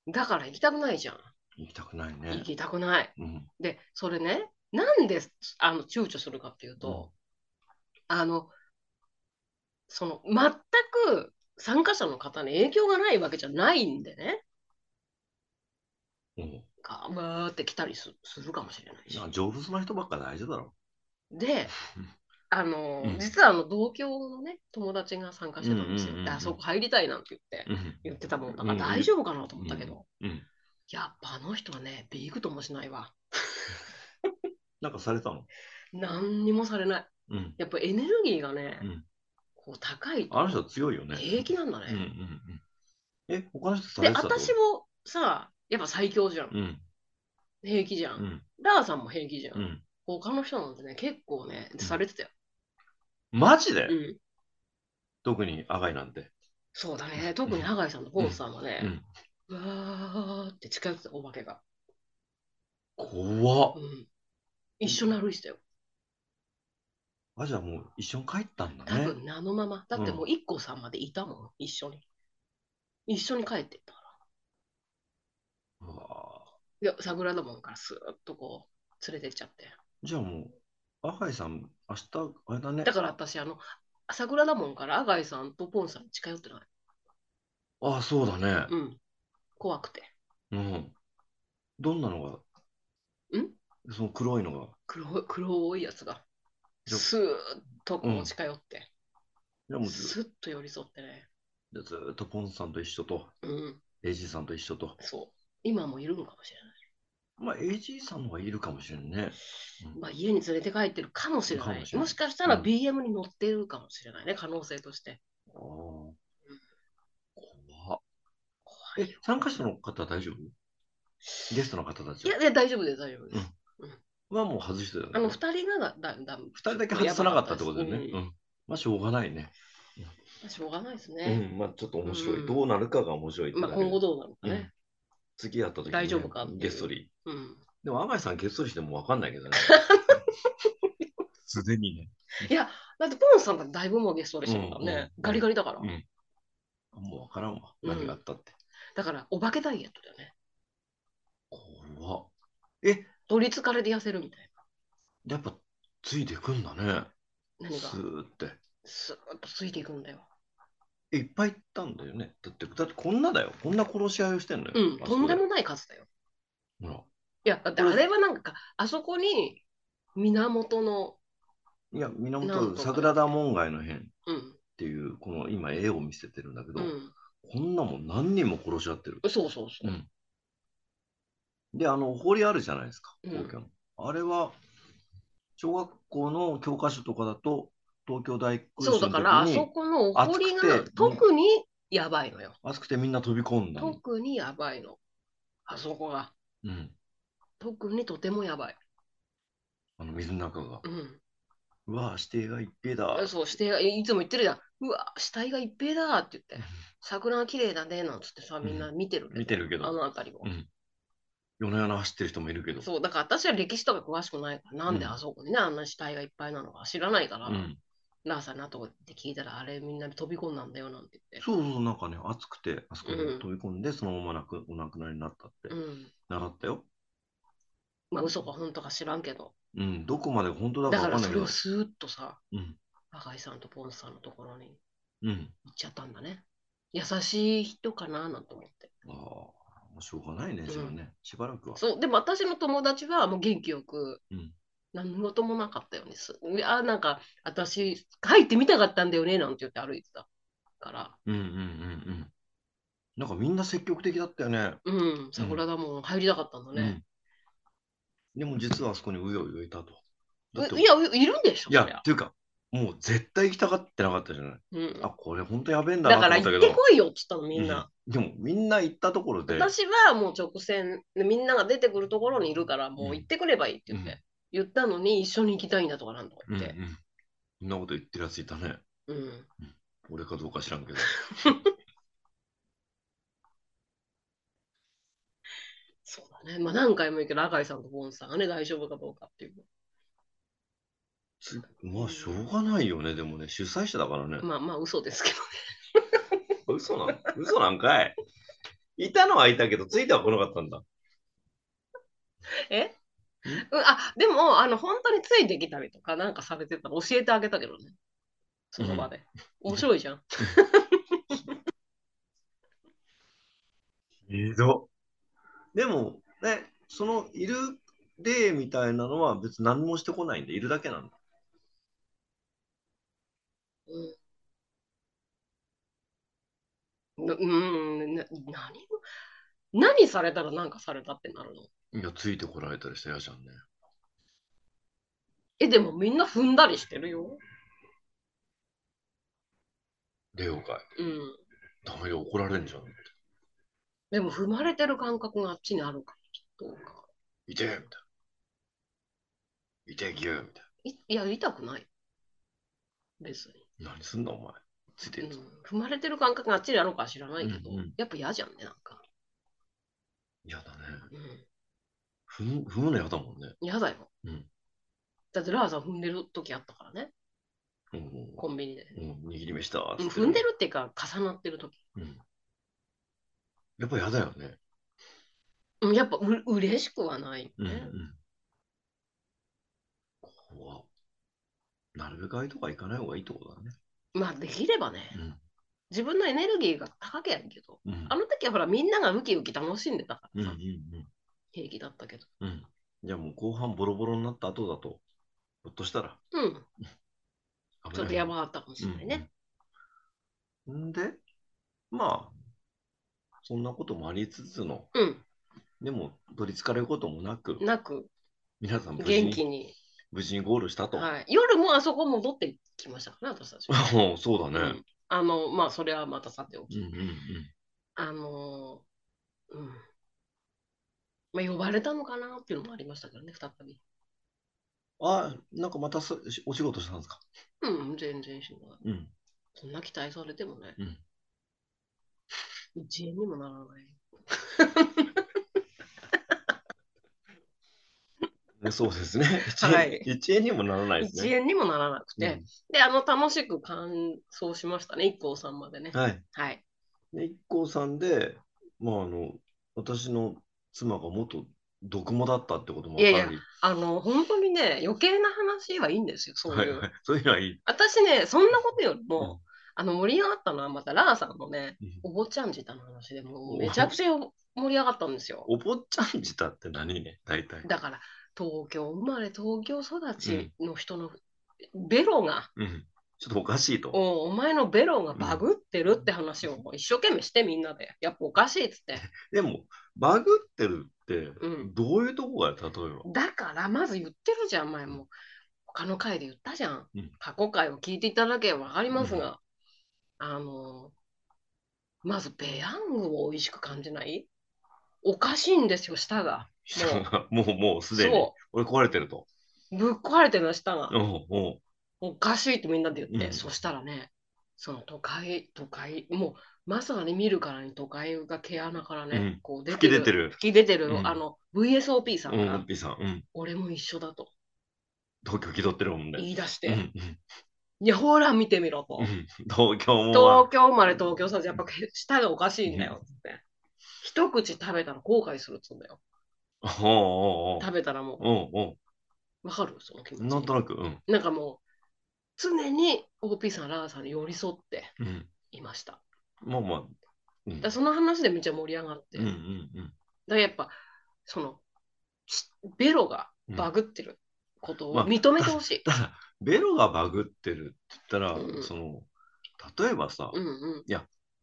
[SPEAKER 1] だから行きたくないじゃん。
[SPEAKER 2] 行きたくないね
[SPEAKER 1] 行。きたくない。
[SPEAKER 2] うん
[SPEAKER 1] で、それね、なんであの躊躇するかっていうと、あの、その全く参加者の方に影響がないわけじゃないんでね、
[SPEAKER 2] おう
[SPEAKER 1] ガーって来たりすするかもしれないし
[SPEAKER 2] な。上手な人ばっか大丈夫だろ。
[SPEAKER 1] で
[SPEAKER 2] うん、
[SPEAKER 1] あの、
[SPEAKER 2] うん
[SPEAKER 1] 実はあの同郷のね、友達が参加してたんですよ。
[SPEAKER 2] うんうんうんうん
[SPEAKER 1] であそこ入りたいなんて言って、
[SPEAKER 2] うん
[SPEAKER 1] 言ってたもんだから
[SPEAKER 2] うんうん
[SPEAKER 1] 大丈夫かなと思ったけど、
[SPEAKER 2] うん。
[SPEAKER 1] やっぱあの人はね、ビークともしないわ。
[SPEAKER 2] なんかされたの
[SPEAKER 1] 何にもされない。
[SPEAKER 2] うん。
[SPEAKER 1] やっぱエネルギーがね、
[SPEAKER 2] うん
[SPEAKER 1] こう高いと
[SPEAKER 2] あの人強いよね。
[SPEAKER 1] 平気なんだ
[SPEAKER 2] うんうんう
[SPEAKER 1] ね。
[SPEAKER 2] ん。え、他の人さ
[SPEAKER 1] で、
[SPEAKER 2] れてたってこと
[SPEAKER 1] 私もさ、やっぱ最強じゃん。
[SPEAKER 2] うん
[SPEAKER 1] 平気じゃん。
[SPEAKER 2] うん
[SPEAKER 1] ラーさんも平気じゃん。
[SPEAKER 2] うん。
[SPEAKER 1] 他の人なんてね、結構ね、
[SPEAKER 2] ん
[SPEAKER 1] されてたよ。
[SPEAKER 2] マジで
[SPEAKER 1] うん。
[SPEAKER 2] 特に赤いなんて。
[SPEAKER 1] そうだね。特に永井さんとポンさんはね、う
[SPEAKER 2] うん
[SPEAKER 1] わーって近寄ってたお化けが。
[SPEAKER 2] 怖っ
[SPEAKER 1] う。ん。一緒に歩いてたよ。
[SPEAKER 2] あ、じゃあもう一緒に帰ったんだ
[SPEAKER 1] 多
[SPEAKER 2] ね。
[SPEAKER 1] 分ね、あのまま。だってもう i k さんまでいたもん、一緒に。一緒に帰ってったか
[SPEAKER 2] うわ
[SPEAKER 1] ら。で、桜田門からスーッとこう、連れてっちゃって。
[SPEAKER 2] じゃあもう、赤井さん、明日、あれだね
[SPEAKER 1] だ。から私、あの、桜田門から永井さんとポンさんに近寄ってない。
[SPEAKER 2] ああ、そうだね。
[SPEAKER 1] うん。怖くて。
[SPEAKER 2] うん。どんなのが
[SPEAKER 1] ん
[SPEAKER 2] その黒いのが。
[SPEAKER 1] 黒い黒いやつが
[SPEAKER 2] じゃ
[SPEAKER 1] スーッとこ
[SPEAKER 2] うん
[SPEAKER 1] う近寄って、
[SPEAKER 2] でもず
[SPEAKER 1] スッと寄り添ってね
[SPEAKER 2] ずーっとポンさんと一緒と、
[SPEAKER 1] うん
[SPEAKER 2] レイジーさんと一緒と。
[SPEAKER 1] そう今もいるのかもしれない
[SPEAKER 2] まあ、AG さんの方がいるかもしれんね。うん
[SPEAKER 1] まあ、家に連れて帰ってるかもしれな
[SPEAKER 2] か
[SPEAKER 1] い。
[SPEAKER 2] も
[SPEAKER 1] も
[SPEAKER 2] し
[SPEAKER 1] し
[SPEAKER 2] れない
[SPEAKER 1] かしたら
[SPEAKER 2] うん
[SPEAKER 1] BM に乗ってるかもしれないね、可能性として。
[SPEAKER 2] ああ。怖っ
[SPEAKER 1] 怖い
[SPEAKER 2] え
[SPEAKER 1] よ、
[SPEAKER 2] 参加者の方大丈夫ゲストの方たち
[SPEAKER 1] いや、いや大丈夫です、大丈夫です。
[SPEAKER 2] はもう外してたよね
[SPEAKER 1] あの、二人ならだ、だ、
[SPEAKER 2] 二人だけ外さなかったってことだよね。
[SPEAKER 1] うん
[SPEAKER 2] うんまあ、しょうがないね。
[SPEAKER 1] しょうがないです
[SPEAKER 2] う
[SPEAKER 1] ね。
[SPEAKER 2] ん、まあ、ちょっと面白
[SPEAKER 1] う
[SPEAKER 2] い。
[SPEAKER 1] ん
[SPEAKER 2] どうなるかが面白いってだ
[SPEAKER 1] まあ、
[SPEAKER 2] けで。
[SPEAKER 1] 今後どうなのかね。
[SPEAKER 2] 次やった時にね
[SPEAKER 1] 大丈夫かっていう
[SPEAKER 2] げっそり。
[SPEAKER 1] うん。
[SPEAKER 2] でも、甘井さんげっそりしても分かんない けどね。すでにね。
[SPEAKER 1] いや、だって、ポンさんだってだいぶもうゲストでしたから
[SPEAKER 2] うんうん
[SPEAKER 1] ね。ガリガリだから
[SPEAKER 2] う。んもう分からんわ。何があったって。
[SPEAKER 1] だから、お化けダイエットだよね。
[SPEAKER 2] 怖っ。え、
[SPEAKER 1] 取りつかれで痩せるみたい
[SPEAKER 2] やっぱついてくんだね。
[SPEAKER 1] な。何が
[SPEAKER 2] スーって。
[SPEAKER 1] スーッとついていくんだよ。
[SPEAKER 2] えいっぱい行ったんだよね。だって、だってこんなだよ。こんな殺し合いをしてんのよ。
[SPEAKER 1] うん、
[SPEAKER 2] あ
[SPEAKER 1] と
[SPEAKER 2] そ
[SPEAKER 1] ん
[SPEAKER 2] こ
[SPEAKER 1] でもない数だよ。
[SPEAKER 2] ほら
[SPEAKER 1] いや、だってあれはなんか、あそこに源の、
[SPEAKER 2] いや、
[SPEAKER 1] なんと
[SPEAKER 2] 源、
[SPEAKER 1] か
[SPEAKER 2] 桜田門外の辺っ
[SPEAKER 1] うん、
[SPEAKER 2] ていう、この今絵を見せてるんだけど、
[SPEAKER 1] う
[SPEAKER 2] こんなもん何人も殺し合ってる。
[SPEAKER 1] ん、そうそうそう。
[SPEAKER 2] で、あの、法りあるじゃないですか、
[SPEAKER 1] うん
[SPEAKER 2] 皇居の。あれは、小学校の教科書とかだと、東京大空
[SPEAKER 1] そう
[SPEAKER 2] 襲
[SPEAKER 1] だ
[SPEAKER 2] の
[SPEAKER 1] から、あ
[SPEAKER 2] 時
[SPEAKER 1] そ
[SPEAKER 2] に、
[SPEAKER 1] このお堀が
[SPEAKER 2] 暑くて
[SPEAKER 1] 特にやばいのよ。
[SPEAKER 2] 熱くてみんな飛び込んだの。
[SPEAKER 1] 特にやばいの。あそこが。
[SPEAKER 2] うん。
[SPEAKER 1] 特にとてもやばい。
[SPEAKER 2] あの、水の中が。
[SPEAKER 1] うん。
[SPEAKER 2] うわあ、指定が一平 だ。
[SPEAKER 1] そうして、いつも言ってるじゃん。うわ、死体が一平だって言って、桜が綺麗だねなんつってさ、みんな見てるけど
[SPEAKER 2] 見てるけ
[SPEAKER 1] あ
[SPEAKER 2] ど、
[SPEAKER 1] の辺りを
[SPEAKER 2] うん。夜な夜な走ってる人もいるけど。
[SPEAKER 1] そう、だから私は歴史とか詳しくないから、なんで
[SPEAKER 2] うん
[SPEAKER 1] あそこにね、あんな死体がいっぱいなのか知らないから
[SPEAKER 2] う、ん。
[SPEAKER 1] ラーさんの後で聞いたら、あれみんな飛び込んだんだよなんて言って。
[SPEAKER 2] そうそう、なんかね、暑くて、あそこに
[SPEAKER 1] うん
[SPEAKER 2] 飛び込んで、そのままなくお亡くなりになったって、
[SPEAKER 1] うん。
[SPEAKER 2] 習ったよ。
[SPEAKER 1] まあ、嘘か本当か知らんけど。
[SPEAKER 2] うん、どこまで本当だ
[SPEAKER 1] だ
[SPEAKER 2] か
[SPEAKER 1] か
[SPEAKER 2] わからんな
[SPEAKER 1] そ
[SPEAKER 2] いけ
[SPEAKER 1] れ
[SPEAKER 2] ど
[SPEAKER 1] を。スーッとさ、
[SPEAKER 2] うん。
[SPEAKER 1] 赤井さんとポンさんのところに
[SPEAKER 2] うん。
[SPEAKER 1] 行っちゃったんだね。優しい人かななんて思って。
[SPEAKER 2] ああ、もうしょうがないね、じゃあね。しばらくは。
[SPEAKER 1] そう、でも私の友達はもう元気よく、
[SPEAKER 2] うん
[SPEAKER 1] 何事もなかったよね。すいや、なんか私、入ってみたかったんだよねなんて言って歩いてたから。
[SPEAKER 2] うんうんうんうん。なんかみんな積極的だったよね。
[SPEAKER 1] うん、桜田も入りたかったんだね。
[SPEAKER 2] うん。でも実はあそこにうようよいたと。だって
[SPEAKER 1] ういや、ういるんでしょ、そ
[SPEAKER 2] いや、
[SPEAKER 1] りゃ
[SPEAKER 2] っていうか、もう絶対行きたがってなかったじゃない。
[SPEAKER 1] うん
[SPEAKER 2] あ、これ本当やべえんだ
[SPEAKER 1] だ
[SPEAKER 2] なと
[SPEAKER 1] から
[SPEAKER 2] 思った
[SPEAKER 1] 行
[SPEAKER 2] け
[SPEAKER 1] って
[SPEAKER 2] ど。
[SPEAKER 1] こいよって言ったの、みんな。
[SPEAKER 2] うん。でもみんな行ったところで、
[SPEAKER 1] 私はもう直線でみんなが出てくるところにいるからもう行ってくればいいって言って、
[SPEAKER 2] うん
[SPEAKER 1] 言ったのに一緒に行きたいんだとかなんとか
[SPEAKER 2] うん
[SPEAKER 1] 言
[SPEAKER 2] う
[SPEAKER 1] って、
[SPEAKER 2] ん。そんなこと言ってるやついたね。
[SPEAKER 1] うん
[SPEAKER 2] 俺かどうか知らんけど。
[SPEAKER 1] そうだねまあ何回も言うけど赤井さんとボンさんがね大丈夫かどうかっていう
[SPEAKER 2] つまあ、しょうがないよね。でもね、主催者だからね。
[SPEAKER 1] まあまあ嘘ですけど
[SPEAKER 2] 嘘なん、嘘なんかい。いたのはいたけど、ついては来なかったんだ。
[SPEAKER 1] うんあでもあの本当についてきたりとかなんかされてたら教えてあげたけどねその場で、面白いじゃん
[SPEAKER 2] ひど。でも、ね、その、いる例みたいなのは別に何もしてこないんで、いるだけなんだ。
[SPEAKER 1] なうんな何も何されたら何かされたってなるの
[SPEAKER 2] いや、ついてこられたりして嫌じゃんね。
[SPEAKER 1] えでもみんな踏んだりしてるよ
[SPEAKER 2] 例をかい。
[SPEAKER 1] うん
[SPEAKER 2] ダメで怒られんじゃん。
[SPEAKER 1] でも踏まれてる感覚があっちにあるからきっと
[SPEAKER 2] いてえみたいな。いてえぎゅーみたい
[SPEAKER 1] いいや、痛くない。別に、
[SPEAKER 2] な。何すんだお前。ついて
[SPEAKER 1] うん
[SPEAKER 2] ぞ。
[SPEAKER 1] 踏まれてる感覚があっちにあるのか知らないけど、
[SPEAKER 2] うんうん
[SPEAKER 1] やっぱ嫌じゃんね、なんか。
[SPEAKER 2] 嫌だね。
[SPEAKER 1] うん
[SPEAKER 2] 踏む踏むの嫌だもんね。
[SPEAKER 1] 嫌だよ。
[SPEAKER 2] うん
[SPEAKER 1] だってラーさん踏んでる時あったからね、
[SPEAKER 2] うん
[SPEAKER 1] コンビニで。
[SPEAKER 2] うん。うん、握り飯だ。
[SPEAKER 1] うん踏んでるっていうか、重なってる時。
[SPEAKER 2] うん。やっぱ嫌だよね。
[SPEAKER 1] うんやっぱう嬉しくはないね。
[SPEAKER 2] うんうん。怖っなるべくああいうとか行かない方がいいってことだね。
[SPEAKER 1] まあ、できればね、自分のエネルギーが高けやんけど、
[SPEAKER 2] うん。うん。
[SPEAKER 1] あの時はほら、みんながウキウキ楽しんでたか
[SPEAKER 2] うん
[SPEAKER 1] ら
[SPEAKER 2] う
[SPEAKER 1] さ、
[SPEAKER 2] ん
[SPEAKER 1] 平気だったけど。
[SPEAKER 2] うん。うん。じゃあもう後半ボロボロになった後だと、ひょっとしたら
[SPEAKER 1] うん、
[SPEAKER 2] 危ない
[SPEAKER 1] ちょっとやばかったかもしれないね。
[SPEAKER 2] うんうん。んで、まあ、そんなこともありつつの、
[SPEAKER 1] うん、
[SPEAKER 2] でも、取りつかれることもなく、
[SPEAKER 1] なく、
[SPEAKER 2] 皆さん無事
[SPEAKER 1] 元気
[SPEAKER 2] に、
[SPEAKER 1] に。
[SPEAKER 2] 無事にゴールしたと。
[SPEAKER 1] はい。夜もあそこ戻ってきましたからね、私たち。
[SPEAKER 2] もうそうだ
[SPEAKER 1] う
[SPEAKER 2] ね。
[SPEAKER 1] んあの、まあ、それはまたさてお
[SPEAKER 2] う
[SPEAKER 1] き。
[SPEAKER 2] んうんうん。
[SPEAKER 1] あのーうん。まあ、呼ばれたのかなっていうのもありましたけどね、再び。
[SPEAKER 2] あ、なんかまたそお仕事したんですか
[SPEAKER 1] うん、全然しない。
[SPEAKER 2] うん。
[SPEAKER 1] こんな期待されてもね、
[SPEAKER 2] うん
[SPEAKER 1] 一円にもならない。
[SPEAKER 2] ねそうですね。 一円、
[SPEAKER 1] はい
[SPEAKER 2] 一円にもならないです
[SPEAKER 1] 一
[SPEAKER 2] ね。
[SPEAKER 1] 円にもならなくて、で、あの、楽しく完走しましたね、一行さんまでね
[SPEAKER 2] う。んはい。
[SPEAKER 1] はい。
[SPEAKER 2] で、一行さんで、まあ、あの、私の妻が元毒もだったってことも分かり、
[SPEAKER 1] あの、本当にね、余計な話はいいんですよ、そう。
[SPEAKER 2] はいいうはい。そういうのはいい。
[SPEAKER 1] 私ね、そんなことより
[SPEAKER 2] うん
[SPEAKER 1] も、あの、盛り上がったのは、またラーさんのね、
[SPEAKER 2] うん
[SPEAKER 1] お坊ちゃん舌の話でも
[SPEAKER 2] お
[SPEAKER 1] うめちゃくちゃ盛り上がったんですよ。
[SPEAKER 2] お坊ちゃん舌って何ね、大体。
[SPEAKER 1] だから、東京生まれ、東京育ちの人のベロが、
[SPEAKER 2] うん。ちょっとおかしいと。
[SPEAKER 1] おお前のベロがバグってるって話を一生懸命してみんなで、やっぱおかしいっつって。
[SPEAKER 2] でも、バグってるって
[SPEAKER 1] うん、
[SPEAKER 2] どういうとこが、例えば。
[SPEAKER 1] だから、まず言ってるじゃん、前も。他の回で言ったじゃん
[SPEAKER 2] うん。
[SPEAKER 1] 過去回を聞いていただければわかりますが、あの、まずペヤングを美味しく感じないおかしいんですよ、舌が。
[SPEAKER 2] 人が、 もう、もうすでに、
[SPEAKER 1] そ
[SPEAKER 2] 俺壊れてると。
[SPEAKER 1] う。ぶっ壊れてるの、舌が
[SPEAKER 2] う。ん、うん。
[SPEAKER 1] おかしいってみんなで言って、
[SPEAKER 2] うん
[SPEAKER 1] そしたらね、その都会、都会、もうまさかね、見るからに都会が毛穴からね、
[SPEAKER 2] うん
[SPEAKER 1] こう出て
[SPEAKER 2] 吹き
[SPEAKER 1] る、
[SPEAKER 2] 出てる。
[SPEAKER 1] 吹き出てる、
[SPEAKER 2] うん
[SPEAKER 1] あの VSOP さん
[SPEAKER 2] う
[SPEAKER 1] が、
[SPEAKER 2] ん、P さん。うん。
[SPEAKER 1] 俺も一緒だと
[SPEAKER 2] 東京気取ってるもんね。
[SPEAKER 1] 言い出して、
[SPEAKER 2] うん、うん。
[SPEAKER 1] いや、ほら見てみろと
[SPEAKER 2] う、ん東京もまあ、
[SPEAKER 1] 東京生まれ、東京育ち、やっぱ舌がおかしいんだよつって、一口食べたら後悔するっつうんだよ、
[SPEAKER 2] おうおう
[SPEAKER 1] 食べたらも
[SPEAKER 2] おうおう
[SPEAKER 1] う、わかる、その気
[SPEAKER 2] おう
[SPEAKER 1] 持
[SPEAKER 2] なん
[SPEAKER 1] ち。
[SPEAKER 2] となく、うん。
[SPEAKER 1] なんかもう、常に OP さん、ラーさんに寄り添って
[SPEAKER 2] うん。
[SPEAKER 1] いました。
[SPEAKER 2] まあまあ。うん
[SPEAKER 1] だからその話でめっちゃ盛り上がって。
[SPEAKER 2] うんうんう
[SPEAKER 1] だ
[SPEAKER 2] ん。
[SPEAKER 1] からやっぱそのしベロがバグってること
[SPEAKER 2] ま
[SPEAKER 1] を
[SPEAKER 2] あ
[SPEAKER 1] 認めてほしい。
[SPEAKER 2] ただ、ベロがバグってるって言ったら、
[SPEAKER 1] うん
[SPEAKER 2] その、例えばさ、
[SPEAKER 1] うんうん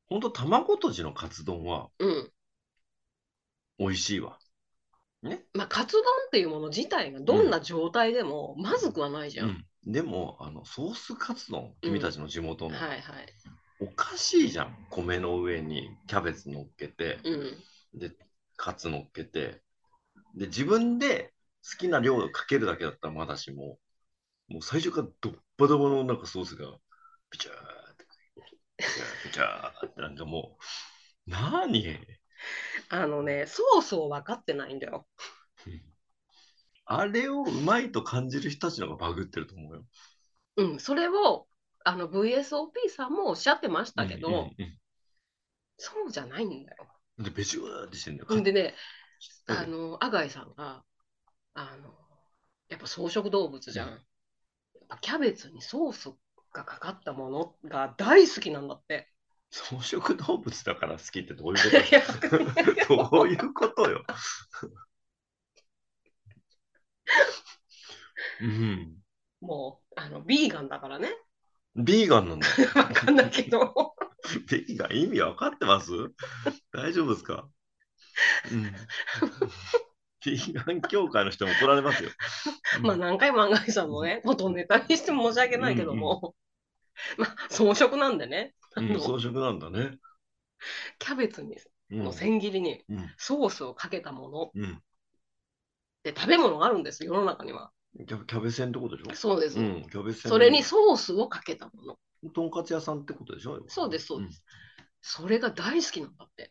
[SPEAKER 2] ほんと卵とじのカツ丼は
[SPEAKER 1] うん。
[SPEAKER 2] 美味しいわ。
[SPEAKER 1] まあカツ丼っていうもの自体がどんな状態でもまずくはないじゃん。
[SPEAKER 2] うんでも、あの、ソースカツ丼、君たちの地元の、
[SPEAKER 1] はいはい。
[SPEAKER 2] おかしいじゃん。米の上にキャベツ乗っけて、
[SPEAKER 1] うん
[SPEAKER 2] で、カツ乗っけて、で、自分で好きな量をかけるだけだったらまだしも、もう最初からドッバドバのなんかソースが、ピチャーって、ピチャーピチャーってなんかもう、何
[SPEAKER 1] あのねソースを分かってないんだよ。
[SPEAKER 2] あれをうまいと感じる人たちの方がバグってると思うよ。
[SPEAKER 1] うんそれをあの VSOP さんもおっしゃってましたけど、
[SPEAKER 2] うんうん
[SPEAKER 1] そうじゃないんだよ。
[SPEAKER 2] うんで、ベチューってしてんだよ。
[SPEAKER 1] でね
[SPEAKER 2] うん
[SPEAKER 1] あの阿貝さんがあのやっぱ草食動物じゃん。
[SPEAKER 2] うん
[SPEAKER 1] やっぱキャベツにソースがかかったものが大好きなんだって。
[SPEAKER 2] 草食動物だから好きってどうい
[SPEAKER 1] いや
[SPEAKER 2] うこと どういうことよ。 うん。
[SPEAKER 1] もうあのビーガンだからね。
[SPEAKER 2] ビーガンなんだ。
[SPEAKER 1] わかんないけど。
[SPEAKER 2] ビーガン意味わかってます大丈夫ですか、うん、ビーガン協会の人も怒ら れますよ。
[SPEAKER 1] まあ何回も阿貝さんもね、元ネタにして申し訳ないけども。 まあ草食なんでね。
[SPEAKER 2] うん、うん草食なんだね。
[SPEAKER 1] キャベツに
[SPEAKER 2] うん
[SPEAKER 1] の千切りに
[SPEAKER 2] うん
[SPEAKER 1] ソースをかけたものっ
[SPEAKER 2] うん
[SPEAKER 1] て食べ物があるんですよ、世の中には。
[SPEAKER 2] キャキャベツンってことでしょ
[SPEAKER 1] そうです。
[SPEAKER 2] うん、キャベツ
[SPEAKER 1] それにソースをかけたもの。
[SPEAKER 2] とんかつ屋さんってことでしょ
[SPEAKER 1] そうですそうです、それが大好きなんだって。
[SPEAKER 2] うん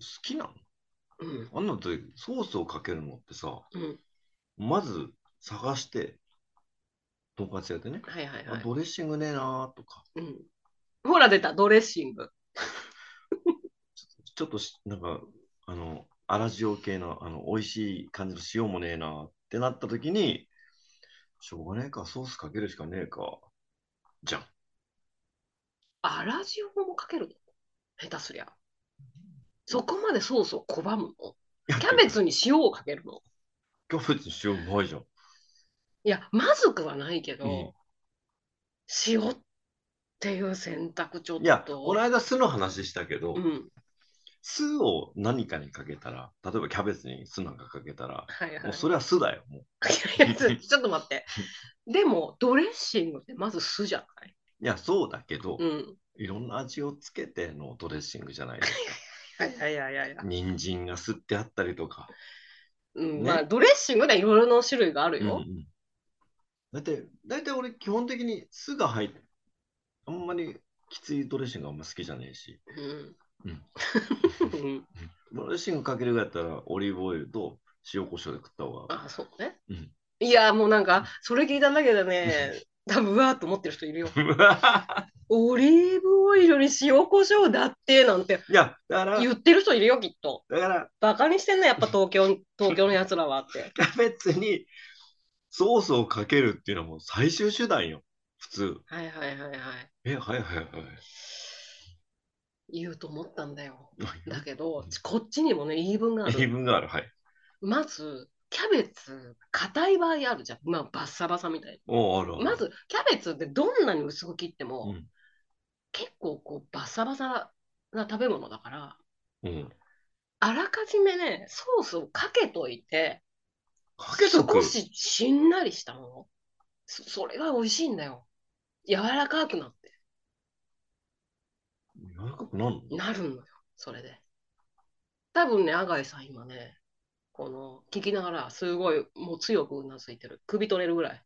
[SPEAKER 2] 好きなの
[SPEAKER 1] うん。
[SPEAKER 2] あんなのってソースをかけるのってさ、
[SPEAKER 1] うん。
[SPEAKER 2] まず探して、とんかつ屋でね、
[SPEAKER 1] はいはい
[SPEAKER 2] あ
[SPEAKER 1] はい。
[SPEAKER 2] ドレッシングねえなーとか、
[SPEAKER 1] うん、ほら出た、ドレッシング。
[SPEAKER 2] ちょっとしなんか、あの、粗塩系の、あの、美味しい感じの塩もねえなーってなった時に、しょうがねえか、ソースかけるしかねえか、じゃん。
[SPEAKER 1] あら塩もかけるの下手すりゃ。そこまでソースを拒むのキャベツに塩をかけるの
[SPEAKER 2] キャベツに塩うまいじゃん。
[SPEAKER 1] いや、まずくはないけど、
[SPEAKER 2] うん
[SPEAKER 1] 塩っていう選択ちょっと。
[SPEAKER 2] いや、この間酢の話したけど、
[SPEAKER 1] うん。
[SPEAKER 2] 酢を何かにかけたら、例えばキャベツに酢なんかかけたら、
[SPEAKER 1] はいはい
[SPEAKER 2] もうそれは酢だよ、もう。
[SPEAKER 1] いやちょちょっと待 って。でも、ドレッシングってまず酢じゃない
[SPEAKER 2] いや、そうだけど、
[SPEAKER 1] うん。
[SPEAKER 2] いろんな味をつけてのドレッシングじゃないです
[SPEAKER 1] はいはいはいはい
[SPEAKER 2] か。。人参が吸ってあったりとか。
[SPEAKER 1] うん、
[SPEAKER 2] ね
[SPEAKER 1] まあ、ドレッシングでいろいろな種類がある
[SPEAKER 2] うんう
[SPEAKER 1] よ。
[SPEAKER 2] んだって、大体俺、基本的に酢が入って、あんまりきついドレッシングあんま好きじゃねえ し、
[SPEAKER 1] うん。
[SPEAKER 2] うん
[SPEAKER 1] うん、
[SPEAKER 2] ドレッシングかけるぐらいだったら、オリーブオイルと塩コショウで食った方が。
[SPEAKER 1] あ、そうね。
[SPEAKER 2] うん
[SPEAKER 1] いや、もうなんか、それ聞いたんだけどね、多分うわーっと思ってる人いるよ。 オリーブオイルに塩コショウだってなんて
[SPEAKER 2] いや、だから、
[SPEAKER 1] 言ってる人いるよ、きっと。
[SPEAKER 2] だから、
[SPEAKER 1] バカにしてんな、やっぱ東京、東京のやつらはって。
[SPEAKER 2] キャベツにソースをかけるっていうのはもう最終手段よ、普通。
[SPEAKER 1] はいはいはいはい。
[SPEAKER 2] え、はいはいはい。
[SPEAKER 1] 言うと思ったんだよ。だ
[SPEAKER 2] だ
[SPEAKER 1] けど、こっちにもね、言い分があ
[SPEAKER 2] 言い
[SPEAKER 1] る。
[SPEAKER 2] 分がある、はい。
[SPEAKER 1] まず、キャベツ、硬い場合あるじゃん。まあ、バッサバサみたいな。
[SPEAKER 2] おうあるある。
[SPEAKER 1] まずキャベツってどんなに薄く切っても、
[SPEAKER 2] うん
[SPEAKER 1] 結構こうバサバサな食べ物だから
[SPEAKER 2] うん、
[SPEAKER 1] あらかじめねソースをかけといて
[SPEAKER 2] かけとく
[SPEAKER 1] 少ししんなりしたものそそれが美味しいんだよ柔らかくなって
[SPEAKER 2] 柔らかくなんの
[SPEAKER 1] なるのよそれで多分ね永井さん今ねこの聞きながらすごいもう強くうなずいてる首取れるぐらい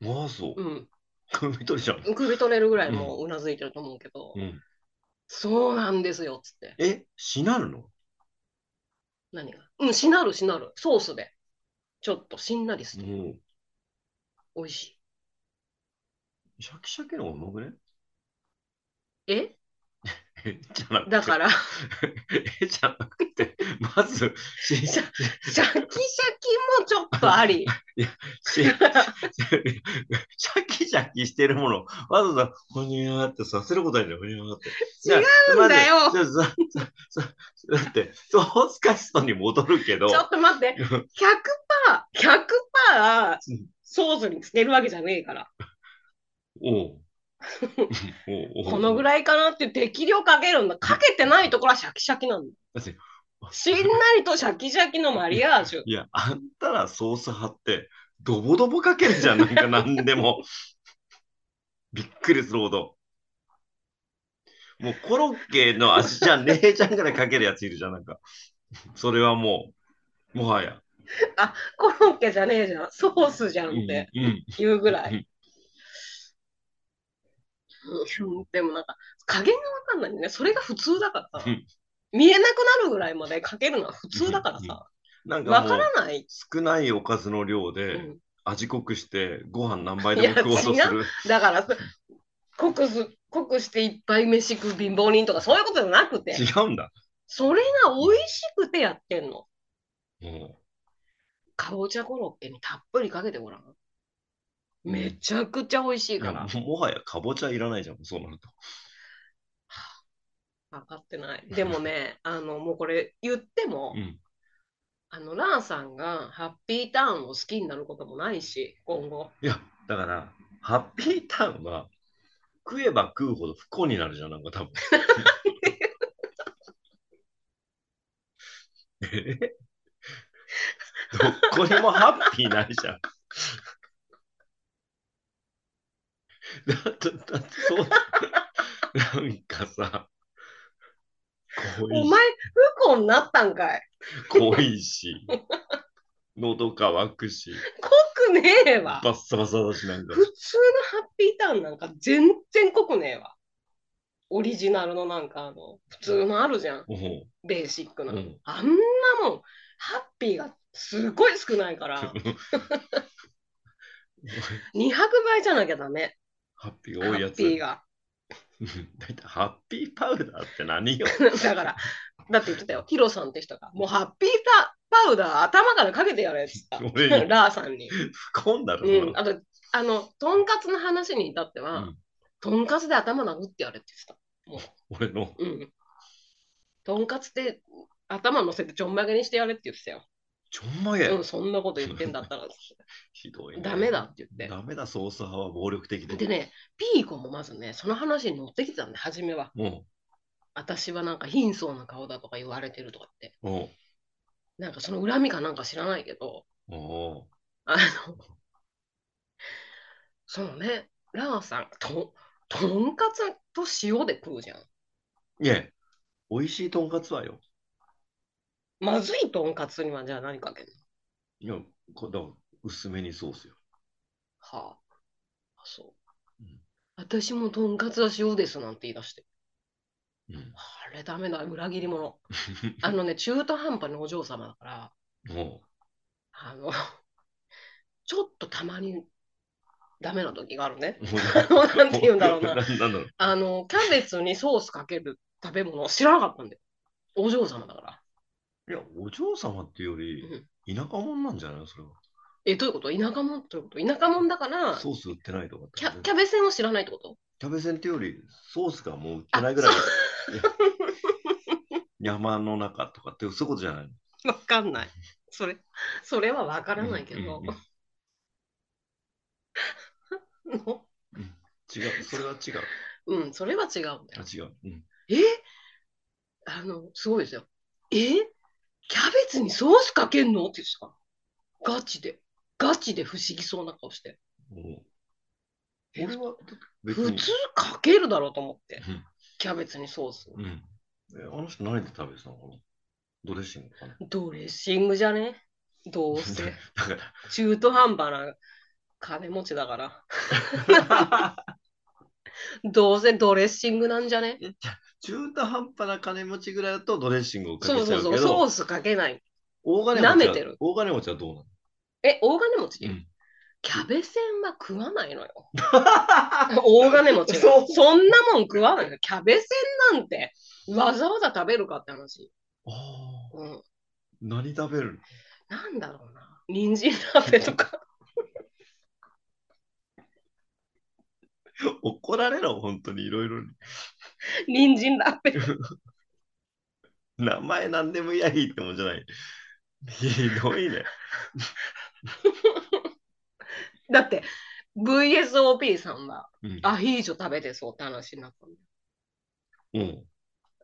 [SPEAKER 2] まあそう
[SPEAKER 1] う。ん
[SPEAKER 2] 組み取りじゃん。
[SPEAKER 1] 首取れるぐらいもううなずいてると思うけど、
[SPEAKER 2] うん、
[SPEAKER 1] そうなんですよっつって
[SPEAKER 2] え、しなるの
[SPEAKER 1] 何がうん、しなるしなる。ソースで。ちょっとしんなりする。
[SPEAKER 2] も
[SPEAKER 1] 美味し
[SPEAKER 2] う、シャキシャキの方がうまくね
[SPEAKER 1] い。え
[SPEAKER 2] え、じゃなくて。
[SPEAKER 1] だから、
[SPEAKER 2] え、じゃなくて、まず、し、し、
[SPEAKER 1] シャシャキシャキもちょっとあり。
[SPEAKER 2] し、シャキシャキしてるもの、わざわざ、ほにゃーってさせることないんだよ、ほにゃーって。
[SPEAKER 1] 違うんだよ
[SPEAKER 2] じゃあ、さ、さ、さ、だって、ソースカストに戻るけど、
[SPEAKER 1] ちょっと待って。100%、100%ソースにつけるわけじゃねえから。
[SPEAKER 2] おうおう
[SPEAKER 1] このぐ
[SPEAKER 2] い。
[SPEAKER 1] らいかなって適量かけるんだ。かけてないところはシャキシャキなんだ。
[SPEAKER 2] だって
[SPEAKER 1] しんなりとシャキシャキのマリアージュ。
[SPEAKER 2] いや、あんたらソース貼って、ドボドボかけるじゃん、 なんか何でも。びっくりするほど。もうコロッケの味じゃねえじゃんからかけるやついるじゃん、なんか。それはもう、もはや。
[SPEAKER 1] コロッケじゃねえじゃん。ソースじゃん
[SPEAKER 2] う
[SPEAKER 1] っ
[SPEAKER 2] ん
[SPEAKER 1] て
[SPEAKER 2] うん
[SPEAKER 1] 言うぐらい。
[SPEAKER 2] うん
[SPEAKER 1] うんでもなんか加減がわかんないね。それが普通だからさ
[SPEAKER 2] うん。
[SPEAKER 1] 見えなくなるぐらいまでかけるのは普通だからさ。
[SPEAKER 2] なんか
[SPEAKER 1] わ
[SPEAKER 2] も
[SPEAKER 1] か
[SPEAKER 2] う、
[SPEAKER 1] らない。
[SPEAKER 2] 少ないおかずの量
[SPEAKER 1] う
[SPEAKER 2] で
[SPEAKER 1] ん
[SPEAKER 2] 味濃くして、ご飯何杯でも食おうと
[SPEAKER 1] い
[SPEAKER 2] す
[SPEAKER 1] や
[SPEAKER 2] る。
[SPEAKER 1] だからさ、濃くす、濃くしていっぱい飯食う貧乏人とかそういうことじゃなくて、
[SPEAKER 2] 違うんだ。
[SPEAKER 1] それが美味しくてやってんの。
[SPEAKER 2] も
[SPEAKER 1] かぼちゃコロッケにたっぷりかけてごらん。めちゃくちゃ美味しいう
[SPEAKER 2] いや
[SPEAKER 1] から。
[SPEAKER 2] もはやかぼちゃいらないじゃん、そうなると。
[SPEAKER 1] 分かってない。でもね、あの、もうこれ言っても
[SPEAKER 2] う、ん。
[SPEAKER 1] あの、ランさんがハッピーターンを好きになることもないし、今後。
[SPEAKER 2] いや、だから、ハッピーターンは、食えば食うほど不幸になるじゃん、なんか多分。え どこにもハッピーないじゃん。だって、だってそう、なんかさ、
[SPEAKER 1] お
[SPEAKER 2] 恋
[SPEAKER 1] 前、不幸になったんかい。
[SPEAKER 2] 恋し、喉乾くし、
[SPEAKER 1] 濃くねえわ
[SPEAKER 2] バ。ッサバサだし、なんか
[SPEAKER 1] 普。通のハッピーターンなんか全然濃くねえわ。オリジナルのなんかあの、普通のあるじゃん。
[SPEAKER 2] おう
[SPEAKER 1] ベーシックな。
[SPEAKER 2] うん
[SPEAKER 1] あんなもん、ハッピーがすごい少ないから、200倍じゃなきゃダメ。
[SPEAKER 2] ハッピー
[SPEAKER 1] ハ
[SPEAKER 2] が多いや
[SPEAKER 1] ッ
[SPEAKER 2] つ。
[SPEAKER 1] ピーが。
[SPEAKER 2] だいたいハッピーパウダーって何よ。
[SPEAKER 1] だから、だって言ってたよ。ヒロさんって人が、もうハッピータパウダー頭からかけてやれって言っ
[SPEAKER 2] 俺
[SPEAKER 1] た。
[SPEAKER 2] に
[SPEAKER 1] ラーさ んに。
[SPEAKER 2] 不幸になるの、
[SPEAKER 1] うん、あと、あの、とんかつの話に至っては、
[SPEAKER 2] うん
[SPEAKER 1] とんかつで頭殴ってやれって
[SPEAKER 2] 俺の。
[SPEAKER 1] 言ってた。うん。とんかつで頭乗せてちょんまげにしてやれって言ってたよ。
[SPEAKER 2] ちょんまげ、
[SPEAKER 1] うん、そんなこと言ってんだ ったら、
[SPEAKER 2] ひどい、ね。
[SPEAKER 1] ダメだ。って言っ
[SPEAKER 2] ダメだ、ソース派は暴力的
[SPEAKER 1] て。
[SPEAKER 2] で。
[SPEAKER 1] でね、ピーコもまずね、その話に乗ってきてたんで、初めは。
[SPEAKER 2] も
[SPEAKER 1] 私はなんか貧相な顔だとか言われてるとかって、
[SPEAKER 2] おう
[SPEAKER 1] なんかその恨みかなんか知らないけど、
[SPEAKER 2] おう
[SPEAKER 1] あの、そのね、ラーさん、と、とんかつと塩で食うじゃん。
[SPEAKER 2] いえ、美味しいとんかつはよ。
[SPEAKER 1] まずいとんかつにはじゃあ何かけんの
[SPEAKER 2] いや、こだから薄めにソースよ。
[SPEAKER 1] はあ、あそう
[SPEAKER 2] うん。
[SPEAKER 1] 私もとんかつは塩ですなんて言い出して。
[SPEAKER 2] うん。
[SPEAKER 1] あれダメだ、裏切り者。 あのね、中途半端なお嬢様だから、
[SPEAKER 2] おう
[SPEAKER 1] あの、ちょっとたまにダメな時があるね。 なんて言うんだろうな
[SPEAKER 2] なんだろう。
[SPEAKER 1] あの、キャベツにソースかける食べ物を知らなかったんだよ。お嬢様だから。
[SPEAKER 2] いや、お嬢様っていうより、田舎者なんじゃないそれは。
[SPEAKER 1] え、どういうこと田舎者ってこと田舎者だから、
[SPEAKER 2] ソース売ってないとかって
[SPEAKER 1] キャキャベ線を知らないってこと
[SPEAKER 2] キャベセンっていうより、ソースがもう売ってないぐ らい。いや山の中とかって、そういうことじゃないの
[SPEAKER 1] わかんない。それ、それはわからないけ
[SPEAKER 2] うんう
[SPEAKER 1] ど
[SPEAKER 2] んうん。
[SPEAKER 1] の
[SPEAKER 2] 違う、それは違う。
[SPEAKER 1] うん、それは違うんだよ
[SPEAKER 2] あ、違う。うん
[SPEAKER 1] えあの、すごいですよ。えキャベツにソースかけんのって言ってたから。ガチで。ガチで不思議そうな顔して。
[SPEAKER 2] もう
[SPEAKER 1] え
[SPEAKER 2] 俺は別
[SPEAKER 1] 普
[SPEAKER 2] に。
[SPEAKER 1] 通かけるだろうと思って
[SPEAKER 2] うん。
[SPEAKER 1] キャベツにソース。
[SPEAKER 2] うん。えあの人何で食べてたのかなドレッシングかな
[SPEAKER 1] ドレッシングじゃねどう せ。
[SPEAKER 2] だから
[SPEAKER 1] 中途半端な金持ちだから。どうせドレッシングなんじゃね
[SPEAKER 2] いや 中途半端な金持ちぐらいだとドレッシングをかけち
[SPEAKER 1] そう
[SPEAKER 2] ゃ
[SPEAKER 1] う
[SPEAKER 2] け
[SPEAKER 1] そ
[SPEAKER 2] ど、
[SPEAKER 1] うそう、ソースかけない。
[SPEAKER 2] 大金持ちは
[SPEAKER 1] 舐めてる
[SPEAKER 2] 大金持ちはどうなの
[SPEAKER 1] え、大金持ち、
[SPEAKER 2] うん
[SPEAKER 1] キャベ線は食わない のよ。大金持ちが
[SPEAKER 2] そう
[SPEAKER 1] そんなもん食わないのキャベセンなんてわざわざ食べるかって話、
[SPEAKER 2] あー
[SPEAKER 1] うん、
[SPEAKER 2] 何食べるの
[SPEAKER 1] なんだろうな人参鍋とか
[SPEAKER 2] 怒られろ、本当にいろいろに。
[SPEAKER 1] 人参鍋
[SPEAKER 2] 名前何でもやりってもんじゃない。ひどいね。
[SPEAKER 1] だって VSOP さんは
[SPEAKER 2] うん。
[SPEAKER 1] アヒージョ食べてそうって話になったの
[SPEAKER 2] うん、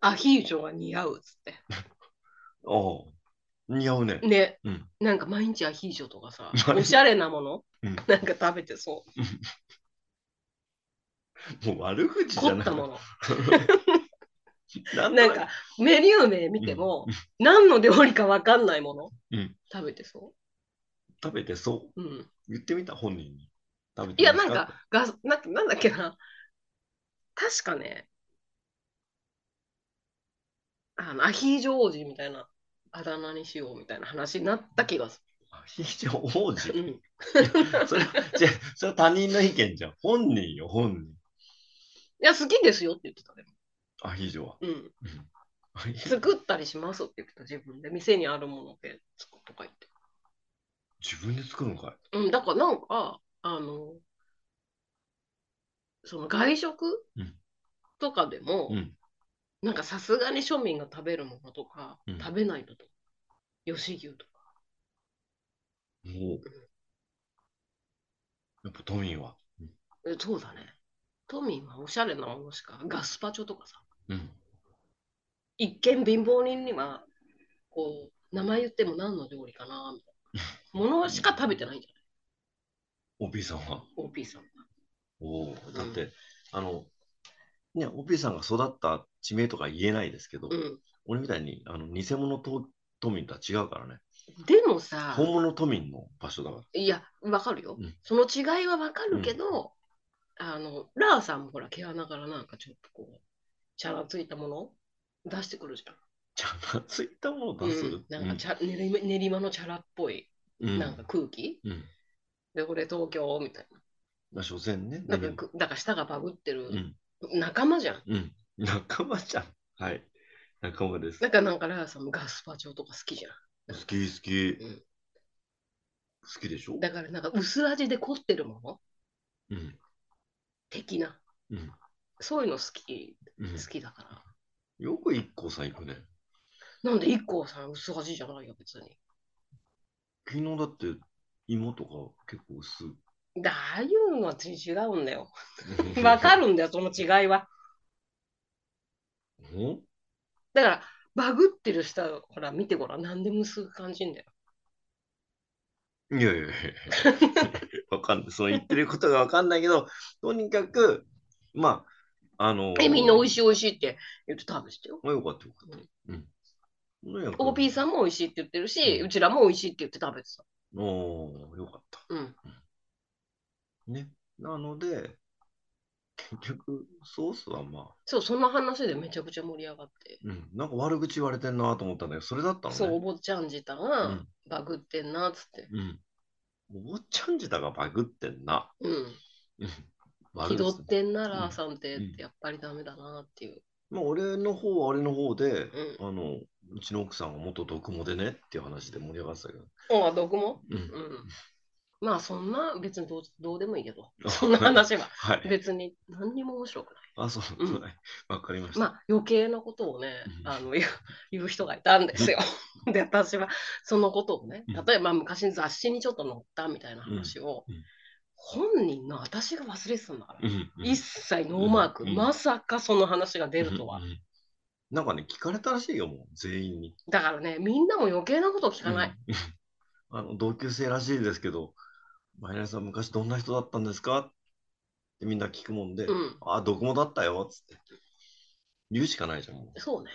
[SPEAKER 1] アヒージョが似合うっつっ
[SPEAKER 2] ああ似合うね
[SPEAKER 1] て。ね、
[SPEAKER 2] うん
[SPEAKER 1] なんか毎日アヒージョとか さ
[SPEAKER 2] 毎日
[SPEAKER 1] おしゃれなもの、
[SPEAKER 2] うん
[SPEAKER 1] なんか食べてそう
[SPEAKER 2] もう悪口じゃ
[SPEAKER 1] 凝っ
[SPEAKER 2] ない。
[SPEAKER 1] たもの
[SPEAKER 2] なん
[SPEAKER 1] な
[SPEAKER 2] と
[SPEAKER 1] ん
[SPEAKER 2] な
[SPEAKER 1] かメニュー名見ても、何の料理か分かんないもの、
[SPEAKER 2] うん
[SPEAKER 1] 食べてそ、
[SPEAKER 2] く食べてそう
[SPEAKER 1] うん、
[SPEAKER 2] う。言ってみた、本人に。食べて
[SPEAKER 1] いや
[SPEAKER 2] ま
[SPEAKER 1] な
[SPEAKER 2] す
[SPEAKER 1] んかがなんかなんだっけな確かねあのアヒージョ王子みたいなあだ名にしようみたいな話になった気がす
[SPEAKER 2] 非常王
[SPEAKER 1] る、う
[SPEAKER 2] 子。
[SPEAKER 1] ん、
[SPEAKER 2] それは、違うそれは他人の意見じゃん。本人よ、本人。
[SPEAKER 1] いや好きですよって言ってたね、
[SPEAKER 2] アヒージョは。
[SPEAKER 1] うん、
[SPEAKER 2] アヒージョ
[SPEAKER 1] 作ったりしますって言ってた自分で店にあるもので作るとか言って、
[SPEAKER 2] 自分で作るのかい
[SPEAKER 1] うん、だからなんかあのその外食
[SPEAKER 2] うん
[SPEAKER 1] とかでも、
[SPEAKER 2] うん
[SPEAKER 1] なんかさすがに庶民が食べるものとか、
[SPEAKER 2] うん
[SPEAKER 1] 食べないのとか吉牛とか
[SPEAKER 2] もう。やっぱ都民は。
[SPEAKER 1] えそうだね。都民はおしゃれなものしか、ガスパチョとかさ、
[SPEAKER 2] うん。
[SPEAKER 1] 一見貧乏人には、こう、名前言っても何の料理かな、みたいな。 ものしか食べてないじ
[SPEAKER 2] OP さんは。
[SPEAKER 1] ゃん、OP さん。
[SPEAKER 2] おお、だっ
[SPEAKER 1] う
[SPEAKER 2] て、あの、ね、OP さんが育った地名とか言えないですけど、
[SPEAKER 1] うん。
[SPEAKER 2] 俺みたいにあの偽物と都民とは違うからね。
[SPEAKER 1] でもさ、
[SPEAKER 2] 本物都民の場所だから。
[SPEAKER 1] いや、わかるよ
[SPEAKER 2] うん。
[SPEAKER 1] その違いはわかるけど、あの、ラーさんもほら、毛穴からなんかちょっとこう、チャラついたもの出してくるじゃん。
[SPEAKER 2] ちゃんとついたもの
[SPEAKER 1] う
[SPEAKER 2] 出す。
[SPEAKER 1] ん、なんかチャ、練馬練馬のチャラっぽい、
[SPEAKER 2] うん、
[SPEAKER 1] なんか空気、
[SPEAKER 2] うん。
[SPEAKER 1] で、これ東京みたい
[SPEAKER 2] まあ、所詮ね。
[SPEAKER 1] な。なんかく、だから舌がバグって
[SPEAKER 2] う
[SPEAKER 1] る
[SPEAKER 2] ん。
[SPEAKER 1] 仲間じゃん。
[SPEAKER 2] うん。仲間じゃん。はい。仲間です。
[SPEAKER 1] だからなんかラーさんもガスパチョとか好きじゃ
[SPEAKER 2] 好き好き。
[SPEAKER 1] うん
[SPEAKER 2] 好きでしょ
[SPEAKER 1] ん。だからなんか薄味で凝ってるもの
[SPEAKER 2] うん。
[SPEAKER 1] 的な。
[SPEAKER 2] うん。
[SPEAKER 1] そういうの好き、
[SPEAKER 2] うん
[SPEAKER 1] 好きだから。
[SPEAKER 2] よく一個さん行くね。
[SPEAKER 1] なんで IKKO さん薄味じゃないよ、別に。
[SPEAKER 2] 昨日だって芋とか結構薄い。
[SPEAKER 1] だああいうのは 違うんだよ。わかるんだよ、その違いは。
[SPEAKER 2] ううん
[SPEAKER 1] だから、バグってる人、ほら、見てごらん。何でもすぐ感じんだよ。
[SPEAKER 2] いやいやい やいやわかんない。その言ってることがわかんないけど、とにかく、まあ、あの
[SPEAKER 1] え、みんな美味
[SPEAKER 2] しい。
[SPEAKER 1] しい美味しいって言って食べてたよ。
[SPEAKER 2] まあ、よかったよかった。うん。ね
[SPEAKER 1] OP さんも美味しいって言ってるし、うちらも美味しいって言って食べてた。
[SPEAKER 2] おーよかった。
[SPEAKER 1] うん。
[SPEAKER 2] ね。なので、結局、ソースはまあ、
[SPEAKER 1] そう、その話でめちゃくちゃ盛り上がって。
[SPEAKER 2] うん、なんか悪口言われてんなと思ったんだけど、それだったのね。
[SPEAKER 1] そう、お坊ちゃん自体が、
[SPEAKER 2] うん
[SPEAKER 1] バグってんなっつって。
[SPEAKER 2] うん。お坊ちゃん自体がバグってんな。
[SPEAKER 1] うん。
[SPEAKER 2] うん
[SPEAKER 1] 気
[SPEAKER 2] 悪
[SPEAKER 1] 取
[SPEAKER 2] 口
[SPEAKER 1] ってんな
[SPEAKER 2] うん
[SPEAKER 1] ら、さんって
[SPEAKER 2] うん
[SPEAKER 1] ってやっぱりダメだなっていう。
[SPEAKER 2] まあ、俺の方は俺の方で、
[SPEAKER 1] う
[SPEAKER 2] あの、うちの奥さんが元毒もでねっていう話で盛り上がってたけど。
[SPEAKER 1] ん。あ、毒も
[SPEAKER 2] うん
[SPEAKER 1] う。ん。まあ、そんな、別にどうどうでもいいけど。
[SPEAKER 2] あ
[SPEAKER 1] そんな話は。
[SPEAKER 2] はい。
[SPEAKER 1] 別に何にも面白くない。
[SPEAKER 2] あ、そうう。
[SPEAKER 1] ん
[SPEAKER 2] はいわかりました。
[SPEAKER 1] まあ、余計なことをね
[SPEAKER 2] う、ん
[SPEAKER 1] あの言う言う人がいたんですよ。で、私はそのことをね、
[SPEAKER 2] うん
[SPEAKER 1] 例えば昔の雑誌にちょっと載ったみたいな話を、
[SPEAKER 2] うんうん
[SPEAKER 1] 本人の私が忘れてたんだから、
[SPEAKER 2] うんうん
[SPEAKER 1] 一切ノーマーク、
[SPEAKER 2] うん
[SPEAKER 1] まさかその話が出るとは。
[SPEAKER 2] うんうんなんかね、聞かれたらしいよ、もう、全員に。
[SPEAKER 1] だからね、みんなも余計なことを聞かない。
[SPEAKER 2] うん。 あの、同級生らしいですけど、マイナスさん昔どんな人だったんですかってみんな聞くもんで、
[SPEAKER 1] うん、
[SPEAKER 2] あ、どこもだったよ、つって。言うしかないじゃん、も
[SPEAKER 1] そうね。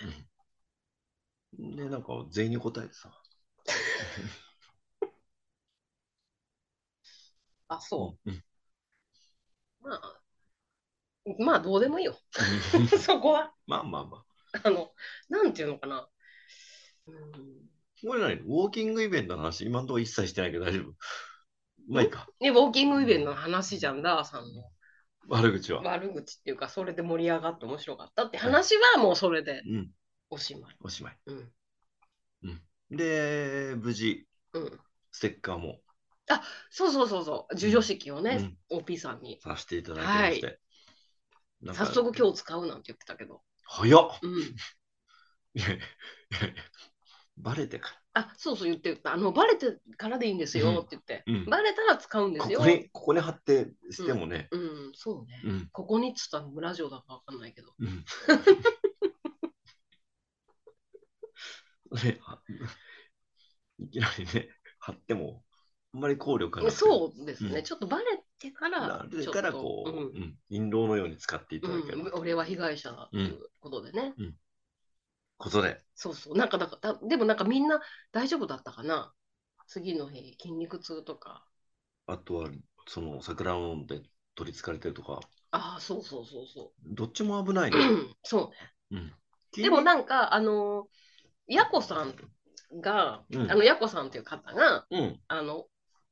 [SPEAKER 2] う。で、なんか全員に答えてさ。
[SPEAKER 1] あ、そ
[SPEAKER 2] うん。 う
[SPEAKER 1] う。
[SPEAKER 2] ん
[SPEAKER 1] まあ、まあ、どうでもいいよ。 そこは、
[SPEAKER 2] まあまあまあ。
[SPEAKER 1] あの、なんていうのかな。うん
[SPEAKER 2] これ何ウォーキングイベントの話、今のところ一切してないけど大丈夫。まあいいか、
[SPEAKER 1] ね、ウォーキングイベントの話じゃん、ダーさんの
[SPEAKER 2] 悪口は。
[SPEAKER 1] 悪口っていうか、それで盛り上がって面白かったって話はもうそれで
[SPEAKER 2] うん、
[SPEAKER 1] おしまい。
[SPEAKER 2] おしまい。
[SPEAKER 1] うん。
[SPEAKER 2] で、無事、
[SPEAKER 1] うん、
[SPEAKER 2] ステッカーも
[SPEAKER 1] そうそうそうそう、授与式をね、OP さんに。
[SPEAKER 2] させていただきまして。なんか
[SPEAKER 1] 早速今日使うなんて言ってたけど。
[SPEAKER 2] 早っ
[SPEAKER 1] うん。
[SPEAKER 2] いやいやいやバレてか
[SPEAKER 1] あ、そうそう言ってた。あの、バレてからでいいんですよって言って。
[SPEAKER 2] ら。うん
[SPEAKER 1] バレたら使うんで
[SPEAKER 2] こ
[SPEAKER 1] すよ。
[SPEAKER 2] こに、ここに貼ってしてもね。
[SPEAKER 1] うん、そうね。
[SPEAKER 2] うん。
[SPEAKER 1] ここにっつったのラジオだかわかんないけど。
[SPEAKER 2] うん。ね、あ いきなりね、貼っても、あんまり効力がなくて
[SPEAKER 1] そうですね、
[SPEAKER 2] うん
[SPEAKER 1] ちょっとバレてから
[SPEAKER 2] な、
[SPEAKER 1] ち
[SPEAKER 2] る
[SPEAKER 1] ょっ
[SPEAKER 2] から
[SPEAKER 1] と
[SPEAKER 2] こう、
[SPEAKER 1] うん
[SPEAKER 2] うん印籠のように使っていただけ
[SPEAKER 1] う
[SPEAKER 2] る
[SPEAKER 1] ん、俺は被害者だっていうことでね。
[SPEAKER 2] ことで、
[SPEAKER 1] そうそう。なんかだから、だでもなんかみんな大丈夫だったかな次の日、筋肉痛とか。
[SPEAKER 2] あとはその桜を飲んで取りつかれてるとか、
[SPEAKER 1] ああ、そうそうそうそ。
[SPEAKER 2] どっちも危ないうね。
[SPEAKER 1] そう ね。
[SPEAKER 2] うん、
[SPEAKER 1] でもなんか、あのー、やこさんが、
[SPEAKER 2] うん
[SPEAKER 1] あの、やこさんっていう方が、
[SPEAKER 2] うん、
[SPEAKER 1] あの、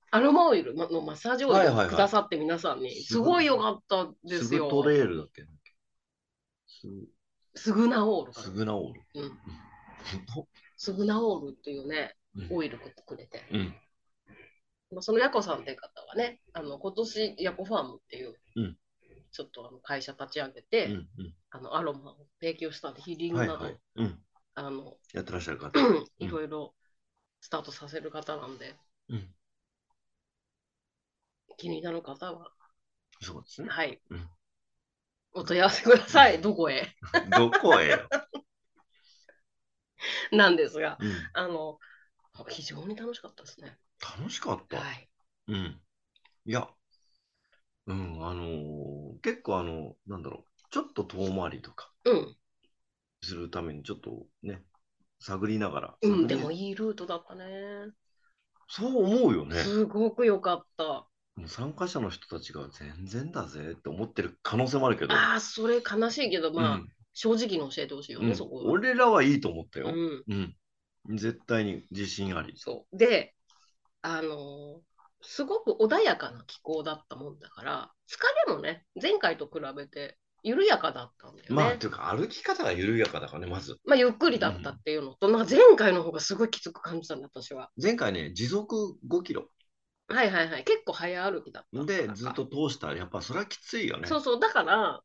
[SPEAKER 1] アロマオイルのマッサージオイ
[SPEAKER 2] はい
[SPEAKER 1] ル
[SPEAKER 2] はいはい
[SPEAKER 1] をくださって皆さんに、すごい良かったですす
[SPEAKER 2] ぐ
[SPEAKER 1] よ。
[SPEAKER 2] トレールだっけす
[SPEAKER 1] スグナオールか
[SPEAKER 2] す
[SPEAKER 1] な。
[SPEAKER 2] ぐ治る。
[SPEAKER 1] うんスグナオールっていうね、オイルくれて。
[SPEAKER 2] うん、
[SPEAKER 1] まあ、そのヤコさんっていう方はね、あの今年ヤコファームっていう、
[SPEAKER 2] うん
[SPEAKER 1] ちょっとあの会社立ち上げて、
[SPEAKER 2] うん、うん、
[SPEAKER 1] あのアロマを提供したんで、ヒーリング
[SPEAKER 2] は
[SPEAKER 1] ないど、
[SPEAKER 2] はい、うん、
[SPEAKER 1] あの
[SPEAKER 2] やってらっしゃる方。
[SPEAKER 1] いろいろスタートさせる方なんで、
[SPEAKER 2] うん、
[SPEAKER 1] 気になる方は、
[SPEAKER 2] そうですね。
[SPEAKER 1] はい、
[SPEAKER 2] うん
[SPEAKER 1] お問い合わせくださ
[SPEAKER 2] う
[SPEAKER 1] い、
[SPEAKER 2] ん
[SPEAKER 1] どこへ
[SPEAKER 2] どこへよ。
[SPEAKER 1] なんですが、
[SPEAKER 2] うん、
[SPEAKER 1] あの非常に楽しかったですね。
[SPEAKER 2] 楽しかった。
[SPEAKER 1] はい、
[SPEAKER 2] うん。いや、うん、あのー結構あの、なんだろう、ちょっと遠回りとか
[SPEAKER 1] うん、
[SPEAKER 2] するために、ちょっとね、探りながら。
[SPEAKER 1] う
[SPEAKER 2] 探
[SPEAKER 1] ん、
[SPEAKER 2] り
[SPEAKER 1] でもいいルートだったね。
[SPEAKER 2] そう思うよね。
[SPEAKER 1] すごく良かった。
[SPEAKER 2] もう参加者の人たちが全然だぜって思ってる可能性もあるけど、
[SPEAKER 1] ああ、それ悲しいけど、まあ、
[SPEAKER 2] うん
[SPEAKER 1] 正直に教えてほしいよね、
[SPEAKER 2] うん
[SPEAKER 1] そこは。
[SPEAKER 2] 俺らはいいと思った
[SPEAKER 1] う
[SPEAKER 2] よ。
[SPEAKER 1] ん、
[SPEAKER 2] うん。絶対に自信あり。
[SPEAKER 1] そうであのーすごく穏やかな気候だったもんだから疲れもね前回と比べて緩やかだったんだよね、
[SPEAKER 2] ま
[SPEAKER 1] ま
[SPEAKER 2] あ、というか歩き方が緩やかだからね、まず。
[SPEAKER 1] あ、ゆっくりだったっていうのと、なんか前回の方がすごいきつく感じたんだ私は
[SPEAKER 2] 前回ね、時速5キロ
[SPEAKER 1] はいはいはい結構早歩きだった
[SPEAKER 2] でずっと通したら、やっぱそれはきついよね。
[SPEAKER 1] そうそうだから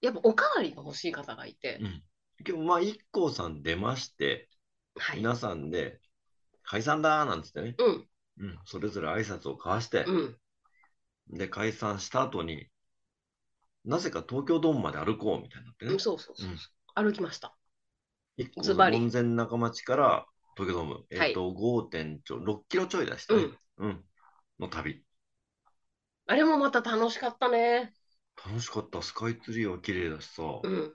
[SPEAKER 1] やっぱおかわりが欲しい方がいて、
[SPEAKER 2] うん今日まあ、IKKO さん出まして、
[SPEAKER 1] はい
[SPEAKER 2] 皆さんで解散だーなんつってね、
[SPEAKER 1] うん
[SPEAKER 2] うん、それぞれ挨拶を交わして、
[SPEAKER 1] うん
[SPEAKER 2] で、解散した後に、なぜか東京ドームまで歩こうみたいになってね
[SPEAKER 1] うん、。そうそうそう、
[SPEAKER 2] うん
[SPEAKER 1] 歩きました。
[SPEAKER 2] 一個
[SPEAKER 1] ズバリ
[SPEAKER 2] 門前仲町から東京ドーム、えっ、と、5点ちょ、6キロちょい出したね。
[SPEAKER 1] うん
[SPEAKER 2] うんの旅。
[SPEAKER 1] あれもまた楽しかったね。
[SPEAKER 2] 楽しかった。スカイツリーは綺麗だしさ。
[SPEAKER 1] う。
[SPEAKER 2] うん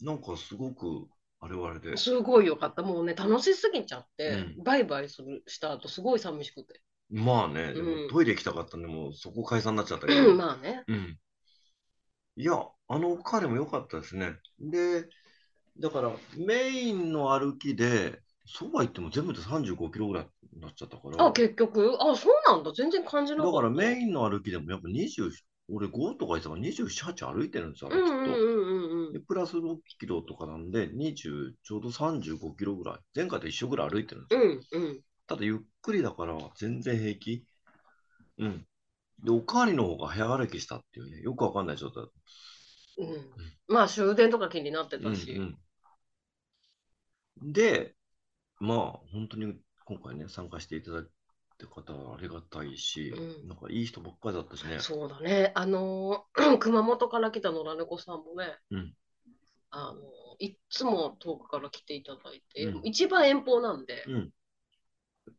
[SPEAKER 2] なんかすごく、あれはあれで。
[SPEAKER 1] すごいよかった。もうね、楽しすぎちゃって、
[SPEAKER 2] うん
[SPEAKER 1] バイバイするした後、すごい寂しくて。
[SPEAKER 2] まあね、で
[SPEAKER 1] うん
[SPEAKER 2] もトイレ行きたかったんで、もうそこ解散になっちゃったけど。
[SPEAKER 1] うんまあね。
[SPEAKER 2] うん。いや、あの彼も良かったですね。で、だからメインの歩きで、そうは言っても全部で35キロぐらいになっちゃったから、
[SPEAKER 1] あ、結局、あ、そうなんだ。全然感じなか
[SPEAKER 2] だ
[SPEAKER 1] っ
[SPEAKER 2] か
[SPEAKER 1] た。
[SPEAKER 2] らメインの歩きでもやっぱ20、俺5とか言ってたから27、8歩いてるんですよ、
[SPEAKER 1] う
[SPEAKER 2] あれ
[SPEAKER 1] ん
[SPEAKER 2] きっ
[SPEAKER 1] うん
[SPEAKER 2] と。
[SPEAKER 1] うんうんう
[SPEAKER 2] で、
[SPEAKER 1] ん。
[SPEAKER 2] プラス6キロとかなんで、20、ちょうど35キロぐらい。前回と一緒ぐらい歩いてるんです
[SPEAKER 1] う
[SPEAKER 2] よ。
[SPEAKER 1] んうん。
[SPEAKER 2] ただゆっくりだから全然平気。うん。で、おかわりの方が早歩きしたっていうね、よくわかんない状態だった。
[SPEAKER 1] うん、まあ終電とか気になってたし、
[SPEAKER 2] うんうん、で、まあ、本当に今回ね、参加していただいた方はありがたいし、
[SPEAKER 1] うん
[SPEAKER 2] なんかいい人ばっかりだったしね。
[SPEAKER 1] そうだねあのー 熊本から来た野良猫さんもね、
[SPEAKER 2] うん
[SPEAKER 1] あのーいっつも遠くから来ていただいて、
[SPEAKER 2] うん
[SPEAKER 1] 一番遠方なんで、
[SPEAKER 2] うん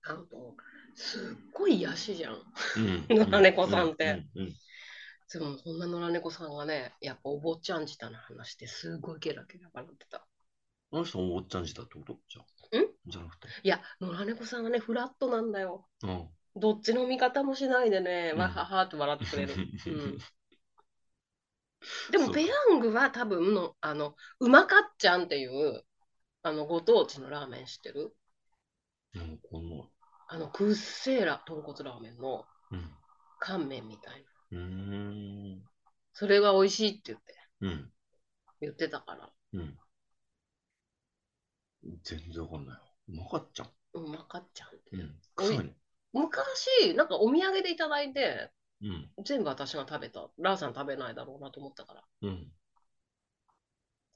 [SPEAKER 1] あのすっごい癒しじゃん
[SPEAKER 2] うん
[SPEAKER 1] 野良猫さんって。
[SPEAKER 2] うんうんうん
[SPEAKER 1] でもそんな野良猫さんがねやっぱお坊ちゃん舌の話ですごいゲラゲラ笑ってた
[SPEAKER 2] あの人もおっちゃんじだってことじゃあ
[SPEAKER 1] ん
[SPEAKER 2] じゃなくて。
[SPEAKER 1] いや野良猫さんはねフラットなんだよ
[SPEAKER 2] うん。
[SPEAKER 1] どっちの味方もしないでね、
[SPEAKER 2] うん
[SPEAKER 1] わははって笑ってくれる うんで
[SPEAKER 2] そ
[SPEAKER 1] も
[SPEAKER 2] う
[SPEAKER 1] ペヤングは多分のあのうまかっちゃんっていうあのご当地のラーメン知ってる
[SPEAKER 2] うん、この、
[SPEAKER 1] あのくっせーら豚骨ラーメンの
[SPEAKER 2] うん。
[SPEAKER 1] 乾麺みたいな
[SPEAKER 2] うーん。
[SPEAKER 1] それが美味しいって言って
[SPEAKER 2] うん。
[SPEAKER 1] 言ってたから
[SPEAKER 2] うん。全然わかんないよ。うまかっちゃん。
[SPEAKER 1] うまかっちゃんって、
[SPEAKER 2] うん。臭いね。
[SPEAKER 1] 昔なんかお土産でいただいて
[SPEAKER 2] うん。
[SPEAKER 1] 全部私が食べたラーさん食べないだろうなと思ったから
[SPEAKER 2] うん。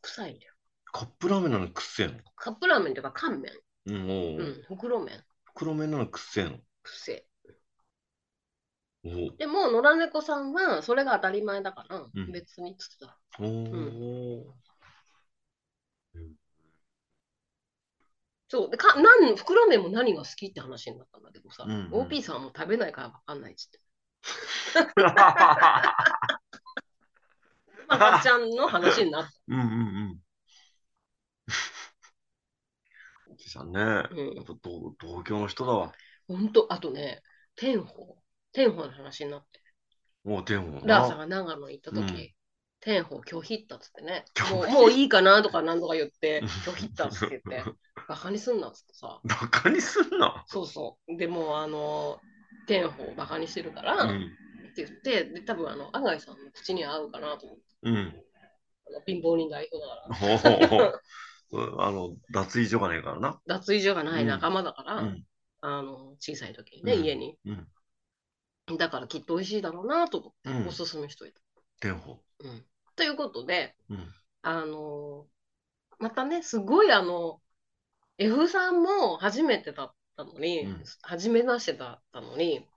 [SPEAKER 1] 臭いんだよ
[SPEAKER 2] カップラーメンなのにくっせえの。
[SPEAKER 1] カップラーメンというか乾麺
[SPEAKER 2] うん、おう
[SPEAKER 1] うん袋麺
[SPEAKER 2] 黒目なのくっせえの。
[SPEAKER 1] くせ
[SPEAKER 2] お
[SPEAKER 1] でも野良猫さんはそれが当たり前だから、
[SPEAKER 2] うん
[SPEAKER 1] 別にっつってた
[SPEAKER 2] お
[SPEAKER 1] そうでかなん袋麺も何が好きって話になったんだけどさ、
[SPEAKER 2] うんうん
[SPEAKER 1] OP さんはもう食べないから分かんないっつって。まかっちゃんの話になっ
[SPEAKER 2] うんうんうん。おじさんね、や
[SPEAKER 1] た。うん
[SPEAKER 2] っぱ同同郷の人だわ。
[SPEAKER 1] ほんと、あとね、天保。天保の話になって。
[SPEAKER 2] もうでも
[SPEAKER 1] ラーさん
[SPEAKER 2] な。
[SPEAKER 1] が長野に行った
[SPEAKER 2] う
[SPEAKER 1] 時、
[SPEAKER 2] ん
[SPEAKER 1] 天保拒否ったっつってね
[SPEAKER 2] 拒。否
[SPEAKER 1] もうもういいかなとか何とか言って
[SPEAKER 2] うん、
[SPEAKER 1] 拒否ったっつって言 って、バカにすんなっつってさ。
[SPEAKER 2] バカにすんな。
[SPEAKER 1] そうそう。でもうあの、天保をバカにしてるから、
[SPEAKER 2] う
[SPEAKER 1] って言
[SPEAKER 2] ん。
[SPEAKER 1] って、で多分あの、阿貝さんの口に合うかなと思って。
[SPEAKER 2] うん。
[SPEAKER 1] あの貧乏人代表だから。
[SPEAKER 2] ほうほうほううん あの、脱衣所がねえからな。
[SPEAKER 1] 脱衣所がない
[SPEAKER 2] うん
[SPEAKER 1] 仲間だから、
[SPEAKER 2] うん
[SPEAKER 1] あの小さい時にね、
[SPEAKER 2] うん
[SPEAKER 1] 家に。
[SPEAKER 2] うん。
[SPEAKER 1] だからきっと美味しいだろうなと思っ
[SPEAKER 2] う
[SPEAKER 1] て
[SPEAKER 2] ん
[SPEAKER 1] お。すすめしといた。
[SPEAKER 2] 天保。
[SPEAKER 1] うんということで、
[SPEAKER 2] うん。
[SPEAKER 1] あのまたね、すごいあの、F さんも初めてだったのに、
[SPEAKER 2] うん
[SPEAKER 1] 初めましてだったのに、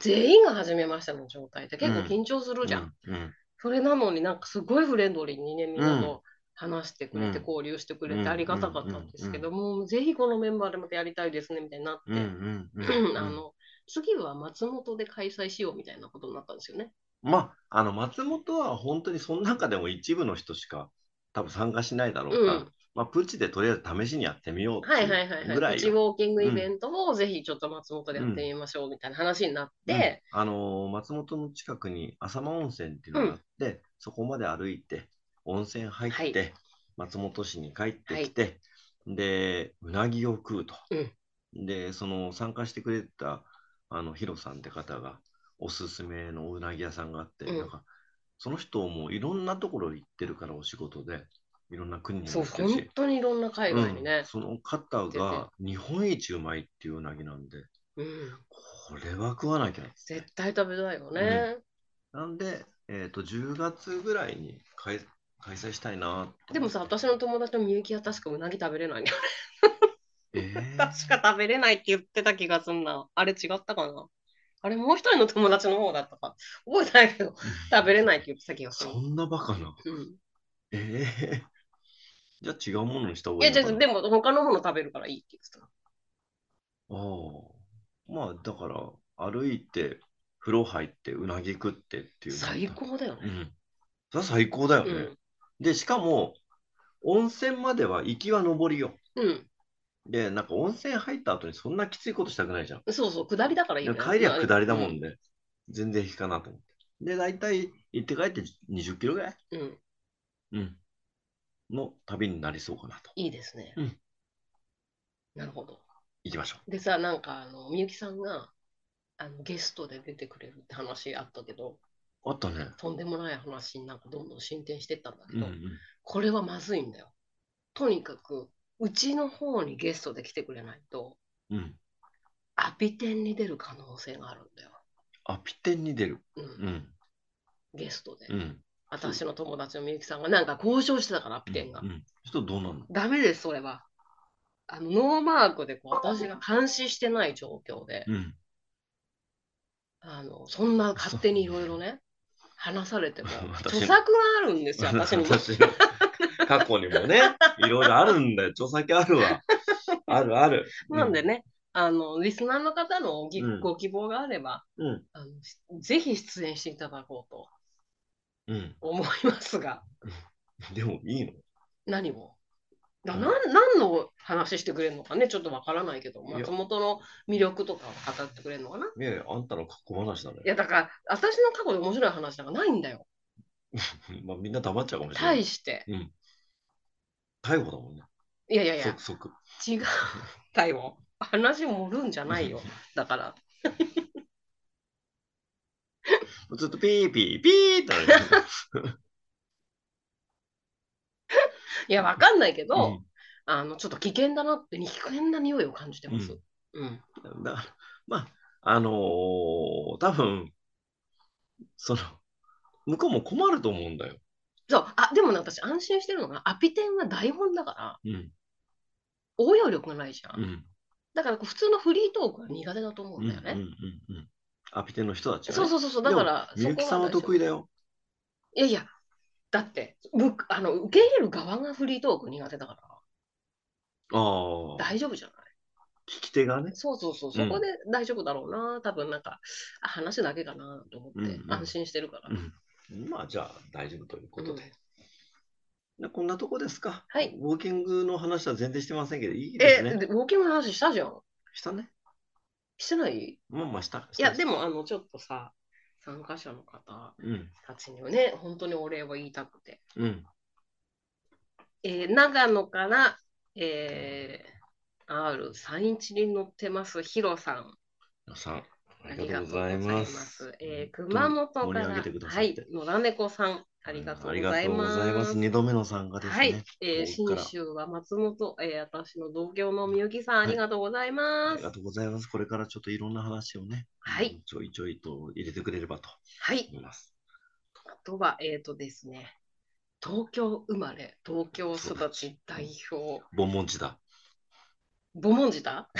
[SPEAKER 1] 全員が初めましての状態って結構緊張するじゃん。
[SPEAKER 2] うん。
[SPEAKER 1] それなのになんかすごいフレンドリーにね、みんな
[SPEAKER 2] う
[SPEAKER 1] と話してくれて、
[SPEAKER 2] うん
[SPEAKER 1] 交流してく
[SPEAKER 2] う
[SPEAKER 1] れ
[SPEAKER 2] ん
[SPEAKER 1] てありがたかったんですけども、ぜひこのメンバーでまたやりたいですね、みたいになって、
[SPEAKER 2] うん。うん。うん。うん
[SPEAKER 1] あの次は松本で開催しようみたいなことになったんですよね。
[SPEAKER 2] まあ、あの松本は本当にその中でも一部の人しか多分参加しないだろうから、
[SPEAKER 1] うん
[SPEAKER 2] まあ、プチでとりあえず試しにやってみようっ
[SPEAKER 1] は
[SPEAKER 2] てい
[SPEAKER 1] いはいはいうはい。
[SPEAKER 2] ぐら
[SPEAKER 1] う
[SPEAKER 2] い
[SPEAKER 1] ちウ
[SPEAKER 2] よ、
[SPEAKER 1] ォーキングイベントをぜひちょっと松本でやってみましょうみたいな話になって、
[SPEAKER 2] うんあのー松本の近くに浅間温泉っていうのがあって、そこまで歩いて温泉入って、
[SPEAKER 1] は
[SPEAKER 2] 松本市に帰ってきて、でうなぎを食うと、でその参加してくれたあのヒロさんって方がおすすめのうなぎ屋さんがあって、
[SPEAKER 1] うん
[SPEAKER 2] なんかその人もういろんなところ行ってるからお仕事でいろんな国に
[SPEAKER 1] そう、
[SPEAKER 2] 行ってるし
[SPEAKER 1] 本当にいろんな海外に
[SPEAKER 2] うん
[SPEAKER 1] ね。
[SPEAKER 2] その方が日本一うまいっていううなぎなんで
[SPEAKER 1] うん
[SPEAKER 2] これは食わなきゃ
[SPEAKER 1] 絶対食べたいよね。
[SPEAKER 2] なんで、えー、と10月ぐらいに開開催したいなと思って
[SPEAKER 1] でもさ、私の友達のみゆきは確かうなぎ食べれないね。
[SPEAKER 2] えー
[SPEAKER 1] 確か食べれないって言ってた気がすんな。あれ違ったかなあれもう一人の友達の方だったか。覚えてないけど、食べれないって言ってた気がする
[SPEAKER 2] そ。んなバカな
[SPEAKER 1] うん、
[SPEAKER 2] ええ じゃあ違うものにした方
[SPEAKER 1] い
[SPEAKER 2] が
[SPEAKER 1] や、
[SPEAKER 2] いい
[SPEAKER 1] じゃあ
[SPEAKER 2] のかな
[SPEAKER 1] でも他のもの食べるからいいって言ってた。
[SPEAKER 2] ああ、まあだから歩いて風呂入ってうなぎ食ってっていうの
[SPEAKER 1] 最高だよ
[SPEAKER 2] う
[SPEAKER 1] ね。
[SPEAKER 2] んそれは最高だよ
[SPEAKER 1] う
[SPEAKER 2] ね
[SPEAKER 1] ん。
[SPEAKER 2] でしかも温泉までは行きは上りよ
[SPEAKER 1] うん。
[SPEAKER 2] でなんか温泉入った後にそんなきついことしたくないじゃん
[SPEAKER 1] そうそう、下りだからいいよね。
[SPEAKER 2] 帰りは下りだもん
[SPEAKER 1] ね。
[SPEAKER 2] ね全然引かなと思ってで大体行って帰って20キロぐらい
[SPEAKER 1] うん。うん
[SPEAKER 2] うんの旅になりそうかなと
[SPEAKER 1] いいですね
[SPEAKER 2] うん。
[SPEAKER 1] なるほど。
[SPEAKER 2] 行きましょ
[SPEAKER 1] でさ、なんか、あの、みゆきさんが、あの、ゲストで出てくれるって話あったけど、
[SPEAKER 2] うあったね
[SPEAKER 1] とんでもない話になんかどんどん進展してったんだけ
[SPEAKER 2] うん
[SPEAKER 1] ど、
[SPEAKER 2] うん
[SPEAKER 1] これはまずいんだよ。とにかく、うちの方にゲストで来てくれないと、
[SPEAKER 2] うん
[SPEAKER 1] アピ店に出る可能性があるんだよ。
[SPEAKER 2] あピテンに出る
[SPEAKER 1] うん
[SPEAKER 2] うん
[SPEAKER 1] ゲストで。
[SPEAKER 2] うん
[SPEAKER 1] 私の友達のみゆきさんがなんか交渉してたから、アピ店が
[SPEAKER 2] う。ん人どうなんの
[SPEAKER 1] ダメです、それは。あのノーマークでこう私が監視してない状況で、
[SPEAKER 2] うん
[SPEAKER 1] あのそんな勝手にいろいろね、話されても、
[SPEAKER 2] 私
[SPEAKER 1] 著作があるんですよ、私にも。
[SPEAKER 2] 私の過去にも ね、いろいろあるんだよ。著作権あるわ。あるある。
[SPEAKER 1] なんで。ね、あのリスナーの方のご,、
[SPEAKER 2] うん
[SPEAKER 1] ご希望があれば
[SPEAKER 2] うん。
[SPEAKER 1] あの、しぜひ出演していただこうと
[SPEAKER 2] うん。
[SPEAKER 1] 思いますが、
[SPEAKER 2] でもいいの
[SPEAKER 1] 何をだ
[SPEAKER 2] うん
[SPEAKER 1] なん何の話してくれるのかね、ちょっとわからないけど、
[SPEAKER 2] いや
[SPEAKER 1] 松本の魅力とかを語ってくれるのかな。
[SPEAKER 2] ねえ、あんたの過去話だね
[SPEAKER 1] い。や、だから、私の過去で面白い話なんかないんだよ、
[SPEAKER 2] まあみんな黙っちゃうかもしれない
[SPEAKER 1] 対。して。
[SPEAKER 2] 逮捕だもんね。
[SPEAKER 1] いやいやいや、
[SPEAKER 2] 即即。
[SPEAKER 1] 違 うんだよ。話盛るんじゃないよ。だから、
[SPEAKER 2] ずっとピーピーピーってなるよね。
[SPEAKER 1] いや、わかんないけど、
[SPEAKER 2] うん
[SPEAKER 1] あの、ちょっと危険だなって、危険な匂いを感じてます。うん。
[SPEAKER 2] だから、まあ、あのー多分、その、向こうも困ると思うんだよ。
[SPEAKER 1] そう、あ、でもね、私安心してるのが、アピテンは台本だから、
[SPEAKER 2] うん。
[SPEAKER 1] 応用力がないじゃん。
[SPEAKER 2] うん。
[SPEAKER 1] だから、普通のフリートークは苦手だと思う
[SPEAKER 2] うんん。う
[SPEAKER 1] だ
[SPEAKER 2] ん
[SPEAKER 1] よね。。
[SPEAKER 2] うん。アピテの人たちはね
[SPEAKER 1] そうそうそうそう、だから、
[SPEAKER 2] でもみゆきさんは得
[SPEAKER 1] 意
[SPEAKER 2] 意だよ。
[SPEAKER 1] いやいや、だって、むあの受け入れる側がフリートーク苦手だから、
[SPEAKER 2] ああ。
[SPEAKER 1] 大丈夫じゃない
[SPEAKER 2] 聞き手がね。
[SPEAKER 1] そうそうそう、
[SPEAKER 2] う
[SPEAKER 1] そ
[SPEAKER 2] ん
[SPEAKER 1] こで大丈夫だろうな、多分なんか、あ話だけかなと思っ
[SPEAKER 2] うん
[SPEAKER 1] て
[SPEAKER 2] う、ん
[SPEAKER 1] 安心してるから。
[SPEAKER 2] まあじゃあ大丈夫ということで。
[SPEAKER 1] うん
[SPEAKER 2] でこんなとこですか。
[SPEAKER 1] はい
[SPEAKER 2] ウォーキングの話は全然してませんけど、いいで
[SPEAKER 1] え、
[SPEAKER 2] すね。
[SPEAKER 1] でウォーキングの話したじゃん。
[SPEAKER 2] したね。
[SPEAKER 1] してないい
[SPEAKER 2] まあまあした。い
[SPEAKER 1] や、で。も、あの、ちょっとさ、参加者の方
[SPEAKER 2] うん。
[SPEAKER 1] たちにはね、本当にお礼を言いたくて。
[SPEAKER 2] うん。
[SPEAKER 1] えー長野から、えー、R、山一に乗ってます、ヒロさん。
[SPEAKER 2] 皆さん、あ
[SPEAKER 1] あ
[SPEAKER 2] り
[SPEAKER 1] り
[SPEAKER 2] が
[SPEAKER 1] が
[SPEAKER 2] と
[SPEAKER 1] とうご
[SPEAKER 2] うござ
[SPEAKER 1] ざ
[SPEAKER 2] い
[SPEAKER 1] い
[SPEAKER 2] ま。
[SPEAKER 1] ますす。えー、熊本
[SPEAKER 2] 盛
[SPEAKER 1] か
[SPEAKER 2] り上げ
[SPEAKER 1] ら
[SPEAKER 2] てくだ、さ
[SPEAKER 1] は
[SPEAKER 2] っ
[SPEAKER 1] い
[SPEAKER 2] て、
[SPEAKER 1] 野良猫さん、ありがとうございます。
[SPEAKER 2] ありがとうございます二度目の参加ですね。
[SPEAKER 1] はい、えー、
[SPEAKER 2] ここ
[SPEAKER 1] 新
[SPEAKER 2] から
[SPEAKER 1] 州は松本、えー、私の同業のみゆきさん、
[SPEAKER 2] はい
[SPEAKER 1] ありがとうござい
[SPEAKER 2] あ
[SPEAKER 1] ま
[SPEAKER 2] り
[SPEAKER 1] す。
[SPEAKER 2] がとうございます。これからちょっといろんな話をね、
[SPEAKER 1] はい、
[SPEAKER 2] ちょいちょいと入れてくれればと
[SPEAKER 1] はい、
[SPEAKER 2] 思います。
[SPEAKER 1] あとは、えっ、ー、とですね、東京生まれ、東京育ち代表、
[SPEAKER 2] ボンボンジ だ。
[SPEAKER 1] ボモンジタ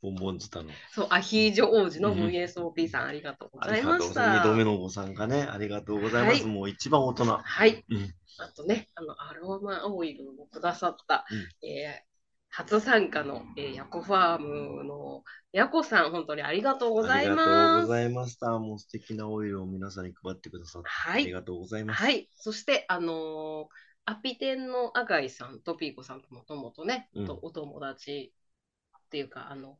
[SPEAKER 2] ボンボンジだの。
[SPEAKER 1] そう、アヒージョ王子の
[SPEAKER 2] うん
[SPEAKER 1] VSOP さん、ありがとうござ
[SPEAKER 2] あ
[SPEAKER 1] い
[SPEAKER 2] りが
[SPEAKER 1] ま
[SPEAKER 2] とうご
[SPEAKER 1] し
[SPEAKER 2] ざいます。
[SPEAKER 1] た。
[SPEAKER 2] 二度目のご参加ね、ありがとうございます。
[SPEAKER 1] はい
[SPEAKER 2] もう一番大人。
[SPEAKER 1] はい、
[SPEAKER 2] うん
[SPEAKER 1] あとね、あの、アロマオイルをくださった、
[SPEAKER 2] う
[SPEAKER 1] えー初参加の、えー、ヤコファームのヤコさん、本当にありがとうござい
[SPEAKER 2] ありがとう
[SPEAKER 1] ま
[SPEAKER 2] ご
[SPEAKER 1] す。
[SPEAKER 2] ざいました。もう素敵なオイルを皆さんに配ってくださって、
[SPEAKER 1] は
[SPEAKER 2] あり
[SPEAKER 1] い、
[SPEAKER 2] がとうございます。
[SPEAKER 1] はい、そして、あのーアピテンのアガイさんとピーコさんともともとね、
[SPEAKER 2] うん
[SPEAKER 1] とお友達っていうか、あの、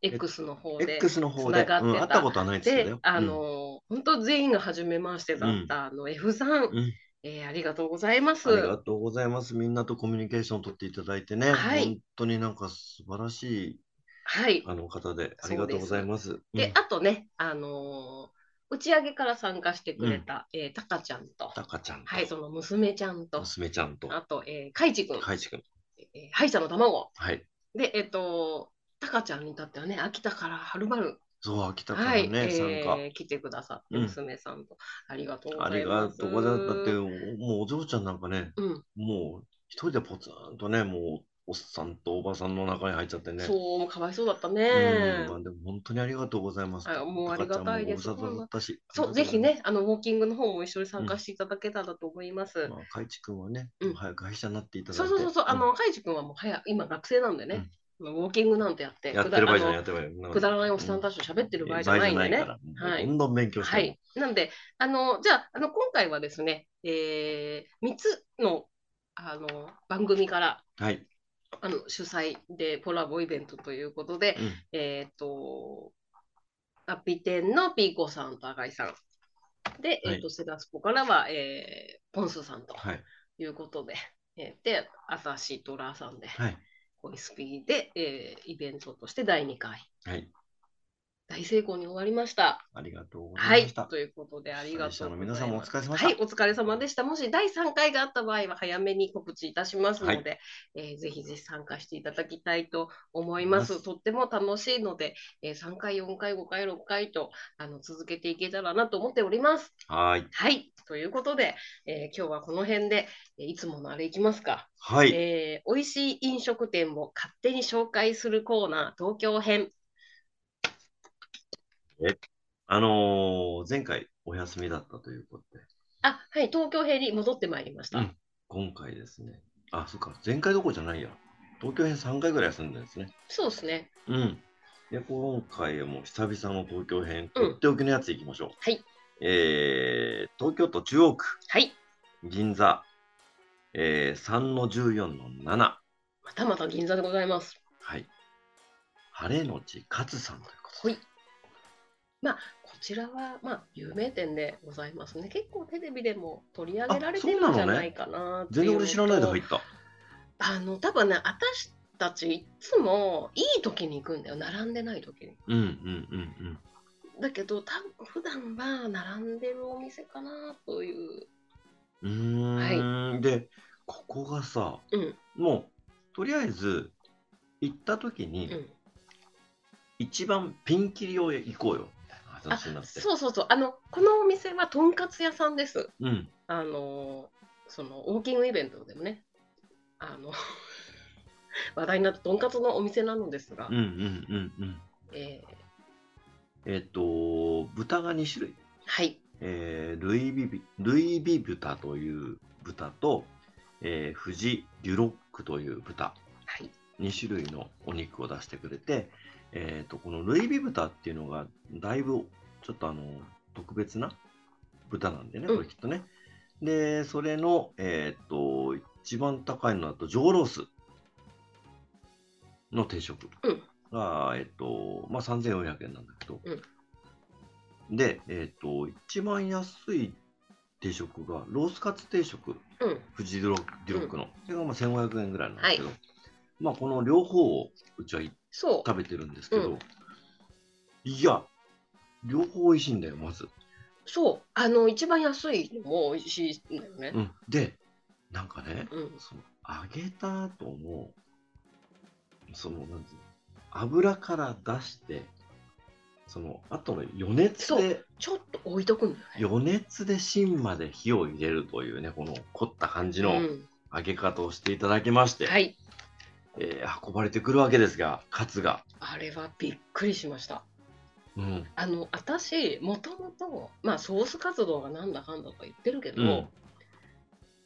[SPEAKER 1] X の方で、
[SPEAKER 2] X の方で、
[SPEAKER 1] つながって
[SPEAKER 2] うん
[SPEAKER 1] た
[SPEAKER 2] 会ったことはないですけど
[SPEAKER 1] で
[SPEAKER 2] よ、。
[SPEAKER 1] あのー本当全員が初めましてだった、あの F さん、
[SPEAKER 2] ん
[SPEAKER 1] えーありがとうございます。
[SPEAKER 2] うんありがとうございます。みんなとコミュニケーションを取っていただいてね、
[SPEAKER 1] はい
[SPEAKER 2] 本当になんか素晴らしい
[SPEAKER 1] はい。
[SPEAKER 2] あの方で、ありがとうございます。
[SPEAKER 1] で、
[SPEAKER 2] うん
[SPEAKER 1] あとね、あのー打ち上げから参加してくれた、えーたかちゃんと、
[SPEAKER 2] たかちゃんと、
[SPEAKER 1] はい、その娘ちゃんと、
[SPEAKER 2] 娘ちゃんと、
[SPEAKER 1] あと、えー、かいちくん、
[SPEAKER 2] かいちくん。
[SPEAKER 1] えー歯医者の卵。
[SPEAKER 2] はい。
[SPEAKER 1] で、えっ、と、たかちゃんに至ってはね、秋田からはるばる、
[SPEAKER 2] そう、秋田から
[SPEAKER 1] は
[SPEAKER 2] ね、
[SPEAKER 1] い、え
[SPEAKER 2] 参
[SPEAKER 1] ー来てくださって、
[SPEAKER 2] うん
[SPEAKER 1] 娘さんと、ありがとう
[SPEAKER 2] 加。
[SPEAKER 1] ご
[SPEAKER 2] あ
[SPEAKER 1] ざ
[SPEAKER 2] り
[SPEAKER 1] いま
[SPEAKER 2] が
[SPEAKER 1] す。
[SPEAKER 2] とうございます。だって、もうお嬢ちゃんなんかね、
[SPEAKER 1] うん、
[SPEAKER 2] もう一人でポツンとね、もうおっさんとおばさんの中に入っちゃってね。
[SPEAKER 1] そう、もうかわいそうだった
[SPEAKER 2] うん
[SPEAKER 1] ね
[SPEAKER 2] ま。あ、でも本当にありがとうございます。
[SPEAKER 1] あもうありがたいです
[SPEAKER 2] 赤ちゃんもご無沙汰だったし。
[SPEAKER 1] そう、ぜひ。ね、あの、ウォーキングの方も一緒に参加していただけたらと思います。
[SPEAKER 2] まあ、かいちくんはね、
[SPEAKER 1] うん
[SPEAKER 2] 早く会社になっていただ
[SPEAKER 1] そ
[SPEAKER 2] いて。
[SPEAKER 1] うそうそうそう、あ
[SPEAKER 2] ん
[SPEAKER 1] の、ハイジ君はもう早、今学生なんでね、まあウォーキングなんてやって、
[SPEAKER 2] やってる場合じゃ
[SPEAKER 1] く
[SPEAKER 2] ない、やってる場合じゃな
[SPEAKER 1] だ
[SPEAKER 2] い。
[SPEAKER 1] くだらないおっさん
[SPEAKER 2] と
[SPEAKER 1] たちと喋ってる場合じゃないんでね。はい
[SPEAKER 2] どんどん勉強して。
[SPEAKER 1] はい。なんで、あの、じゃあ、あの、今回はですね、えー、3つの、あの、番組から、
[SPEAKER 2] はい。
[SPEAKER 1] あの、主催でコラボイベントということで、
[SPEAKER 2] うん
[SPEAKER 1] えっ、と、アピテンのピーコさんと赤井さん。で、えっ、と、セラスポからは、えー、ポンスさんと
[SPEAKER 2] はい。
[SPEAKER 1] いうことで、えーで、朝シトラーさんで、
[SPEAKER 2] はい。
[SPEAKER 1] ボイスピーで、えーイベントとして第2回、
[SPEAKER 2] はい。
[SPEAKER 1] 大成功に終わりました。
[SPEAKER 2] ありがとうござ
[SPEAKER 1] はい
[SPEAKER 2] ま
[SPEAKER 1] い、
[SPEAKER 2] した。
[SPEAKER 1] ということでありがとうございます。
[SPEAKER 2] 出演者の皆様お疲れ様でした
[SPEAKER 1] はい、お疲れ様でした。もし第3回があった場合は早めに告知いたしますので、えーぜひぜひ参加していただきたいと思います。
[SPEAKER 2] 思います
[SPEAKER 1] とっても楽しいので、えー3回、4回、5回、6回とあの続けていけたらなと思っております。
[SPEAKER 2] はい。
[SPEAKER 1] はい、ということで、えー今日はこの辺で、えーいつものあれいきますか。
[SPEAKER 2] はい。
[SPEAKER 1] えー美味しい飲食店を勝手に紹介するコーナー東京編
[SPEAKER 2] あのー前回お休みだったということで、
[SPEAKER 1] あはい東京編に戻ってまいりました、
[SPEAKER 2] うん今回ですね、あ、そっか、前回どころじゃないや。東京編3回ぐらい休んでるんですね。
[SPEAKER 1] そうですね
[SPEAKER 2] うん。で、今回はもう久々の東京編、
[SPEAKER 1] うん
[SPEAKER 2] とっておきのやついきましょう。
[SPEAKER 1] はい。
[SPEAKER 2] えー、東京都中央区、
[SPEAKER 1] はい
[SPEAKER 2] 銀座、えー、3の14の7。
[SPEAKER 1] またまた銀座でございます
[SPEAKER 2] はい。晴れのち勝さんということ
[SPEAKER 1] はいこちらはまあ有名店でございますね結構テレビでも取り上げられてるんじゃないかなっていう
[SPEAKER 2] 全然
[SPEAKER 1] のと
[SPEAKER 2] 俺知らないで入った。
[SPEAKER 1] あの多分ね私たちいつもいい時に行くんだよ並んでない時に
[SPEAKER 2] うんうんうんうん。
[SPEAKER 1] だけど多分普段は並んでるお店かなという
[SPEAKER 2] うーん、でここがさ、
[SPEAKER 1] うん
[SPEAKER 2] もうとりあえず行った時
[SPEAKER 1] う
[SPEAKER 2] に
[SPEAKER 1] ん
[SPEAKER 2] 一番ピンキリを行こうよみたいな
[SPEAKER 1] あ
[SPEAKER 2] 話になって
[SPEAKER 1] そうそうそうあのこのお店はとんかつ屋さんです
[SPEAKER 2] うん
[SPEAKER 1] あのそのウォーキングイベントでもねあの 話題になったとんかつのお店なのですが、
[SPEAKER 2] うんうんうんうん
[SPEAKER 1] えー
[SPEAKER 2] えっ、と豚が2種類、
[SPEAKER 1] はい
[SPEAKER 2] えールイビビルイビ豚という豚と、えー、富士デュロックという豚
[SPEAKER 1] はい
[SPEAKER 2] 2種類のお肉を出してくれて、えー、とこのルイビ豚っていうのがだいぶちょっとあの特別な豚なんでね
[SPEAKER 1] うん
[SPEAKER 2] これきっとね、でそれの、えー、と一番高いのだと上ロースの定食
[SPEAKER 1] うん
[SPEAKER 2] が、えっ、とまあ3400円なんだけど、
[SPEAKER 1] う
[SPEAKER 2] で、えっと一番安い定食がロースカツ定食
[SPEAKER 1] うん
[SPEAKER 2] 富士ドロデュロックの、それがまあ1500円ぐらいなんですけど、
[SPEAKER 1] は
[SPEAKER 2] まあこの両方をうちは
[SPEAKER 1] そう
[SPEAKER 2] 食べてるんですけど、
[SPEAKER 1] うん
[SPEAKER 2] いや両方美味しいんだよまず、
[SPEAKER 1] そうあの一番安いのも美味しいんだよね
[SPEAKER 2] うん、でなんかね
[SPEAKER 1] うん、
[SPEAKER 2] その揚げた後のそのなんつうの油から出してその後の余熱で
[SPEAKER 1] ちょっと置いとくんだよね
[SPEAKER 2] 余熱で芯まで火を入れるというねこの凝った感じ
[SPEAKER 1] う
[SPEAKER 2] の
[SPEAKER 1] ん
[SPEAKER 2] 揚げ方をしていただきまして、
[SPEAKER 1] はい
[SPEAKER 2] えー運ばれてくるわけですが、カツが。
[SPEAKER 1] あれはびっくりしました
[SPEAKER 2] うん。
[SPEAKER 1] あの私もともとまあソース活動がなんだかんだとか言ってるけど、
[SPEAKER 2] うん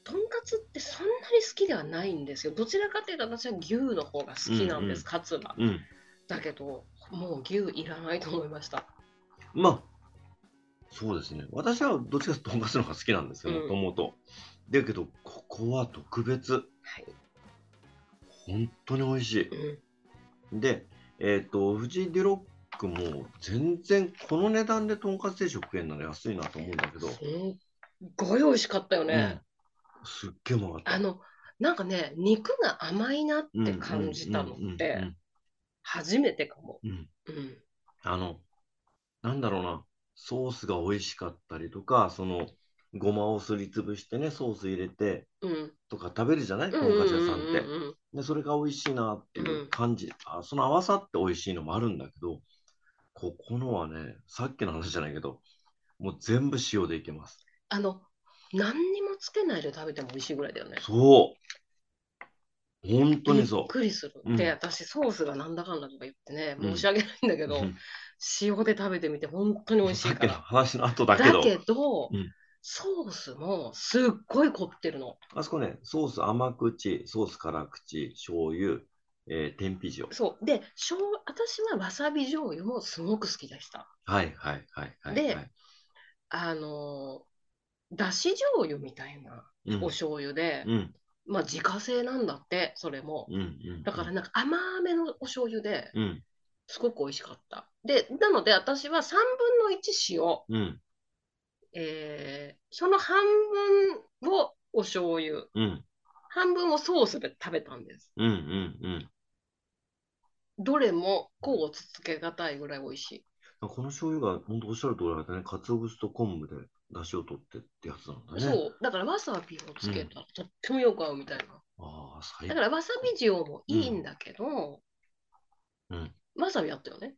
[SPEAKER 1] とんかつってそんなに好きではないんですよどちらかというと私は牛の方が好きなんです、
[SPEAKER 2] うんうん
[SPEAKER 1] カツは
[SPEAKER 2] うん。
[SPEAKER 1] だけどもう牛いらないと思いました
[SPEAKER 2] まあ、そうですね。私はどっちかというと、とんかつの方が好きなんですよ、
[SPEAKER 1] うん
[SPEAKER 2] もともと。だけど、ここは特別。
[SPEAKER 1] はい、
[SPEAKER 2] 本当に美味し
[SPEAKER 1] うん、
[SPEAKER 2] い。で、えっ、と、富士デュロックも、全然、この値段でとんかつ定食食えるなら安いなと思うんだけど、
[SPEAKER 1] すんごい美味しかったよね、
[SPEAKER 2] うん、すっげえ回った。
[SPEAKER 1] あのなんかね肉が甘いなっ
[SPEAKER 2] うん、
[SPEAKER 1] て感じたのっ
[SPEAKER 2] う
[SPEAKER 1] て
[SPEAKER 2] ん
[SPEAKER 1] 初めてかも、
[SPEAKER 2] うんうんうん
[SPEAKER 1] うん、
[SPEAKER 2] あの、なんだろうな、ソースが美味しかったりとか、その、ごまをすりつぶしてね、ソース入れて
[SPEAKER 1] うん
[SPEAKER 2] とか食べるじゃない、と
[SPEAKER 1] うん
[SPEAKER 2] ん
[SPEAKER 1] う
[SPEAKER 2] か
[SPEAKER 1] ん
[SPEAKER 2] つ屋
[SPEAKER 1] う
[SPEAKER 2] さん
[SPEAKER 1] ん
[SPEAKER 2] っ
[SPEAKER 1] う
[SPEAKER 2] て。
[SPEAKER 1] ん
[SPEAKER 2] で、それが美味しいなっていう感じ。あ、その合わさって美味しいのもあるんだけど、ここのはね、さっきの話じゃないけど、もう全部塩でいけます。
[SPEAKER 1] あの何にもつけないで食べても美味しいぐらいだよね
[SPEAKER 2] そ本当に
[SPEAKER 1] び
[SPEAKER 2] そ
[SPEAKER 1] っくりする。
[SPEAKER 2] うん
[SPEAKER 1] で、私、ソースがなんだかんだとか言ってね、
[SPEAKER 2] うん
[SPEAKER 1] 申し訳ないんだけ
[SPEAKER 2] う。
[SPEAKER 1] ど、
[SPEAKER 2] うん
[SPEAKER 1] 塩で食べてみて本当に美味しい
[SPEAKER 2] さっ
[SPEAKER 1] か
[SPEAKER 2] きの
[SPEAKER 1] ら。
[SPEAKER 2] 話の後だ
[SPEAKER 1] だ
[SPEAKER 2] けど、
[SPEAKER 1] けど
[SPEAKER 2] うん、
[SPEAKER 1] ソースもすっごい凝ってるの。
[SPEAKER 2] あそこね、ソース甘口、ソース辛口、醤油、えー、天日塩。
[SPEAKER 1] そう。で、しょう私はわさび醤油もすごく好きでした。
[SPEAKER 2] はいはいはいはい。
[SPEAKER 1] で
[SPEAKER 2] はい
[SPEAKER 1] あのー、だし醤油みたいな
[SPEAKER 2] うん
[SPEAKER 1] お醤油で、
[SPEAKER 2] うん
[SPEAKER 1] まあ自家製なんだって、それも。
[SPEAKER 2] うんうん。
[SPEAKER 1] だからなんか甘めのお醤油で
[SPEAKER 2] うん
[SPEAKER 1] すごく美味しかった。で、なので私は3分の1塩、
[SPEAKER 2] うん
[SPEAKER 1] えーその半分をお醤油、
[SPEAKER 2] うん
[SPEAKER 1] 半分をソースで食べたんです。
[SPEAKER 2] うんうんうん。
[SPEAKER 1] どれもこう続けがたいぐらい美味しい。
[SPEAKER 2] この醤油が本当おっしゃる通りだったね、鰹節と昆布で出汁を取ってってやつなんだね。
[SPEAKER 1] そう、だからわさびをつけたらとってもよく合うみたいな。
[SPEAKER 2] ああ、最
[SPEAKER 1] だ
[SPEAKER 2] 高
[SPEAKER 1] か。らわさび塩もいいんだけど、
[SPEAKER 2] うん
[SPEAKER 1] わさびあったよね。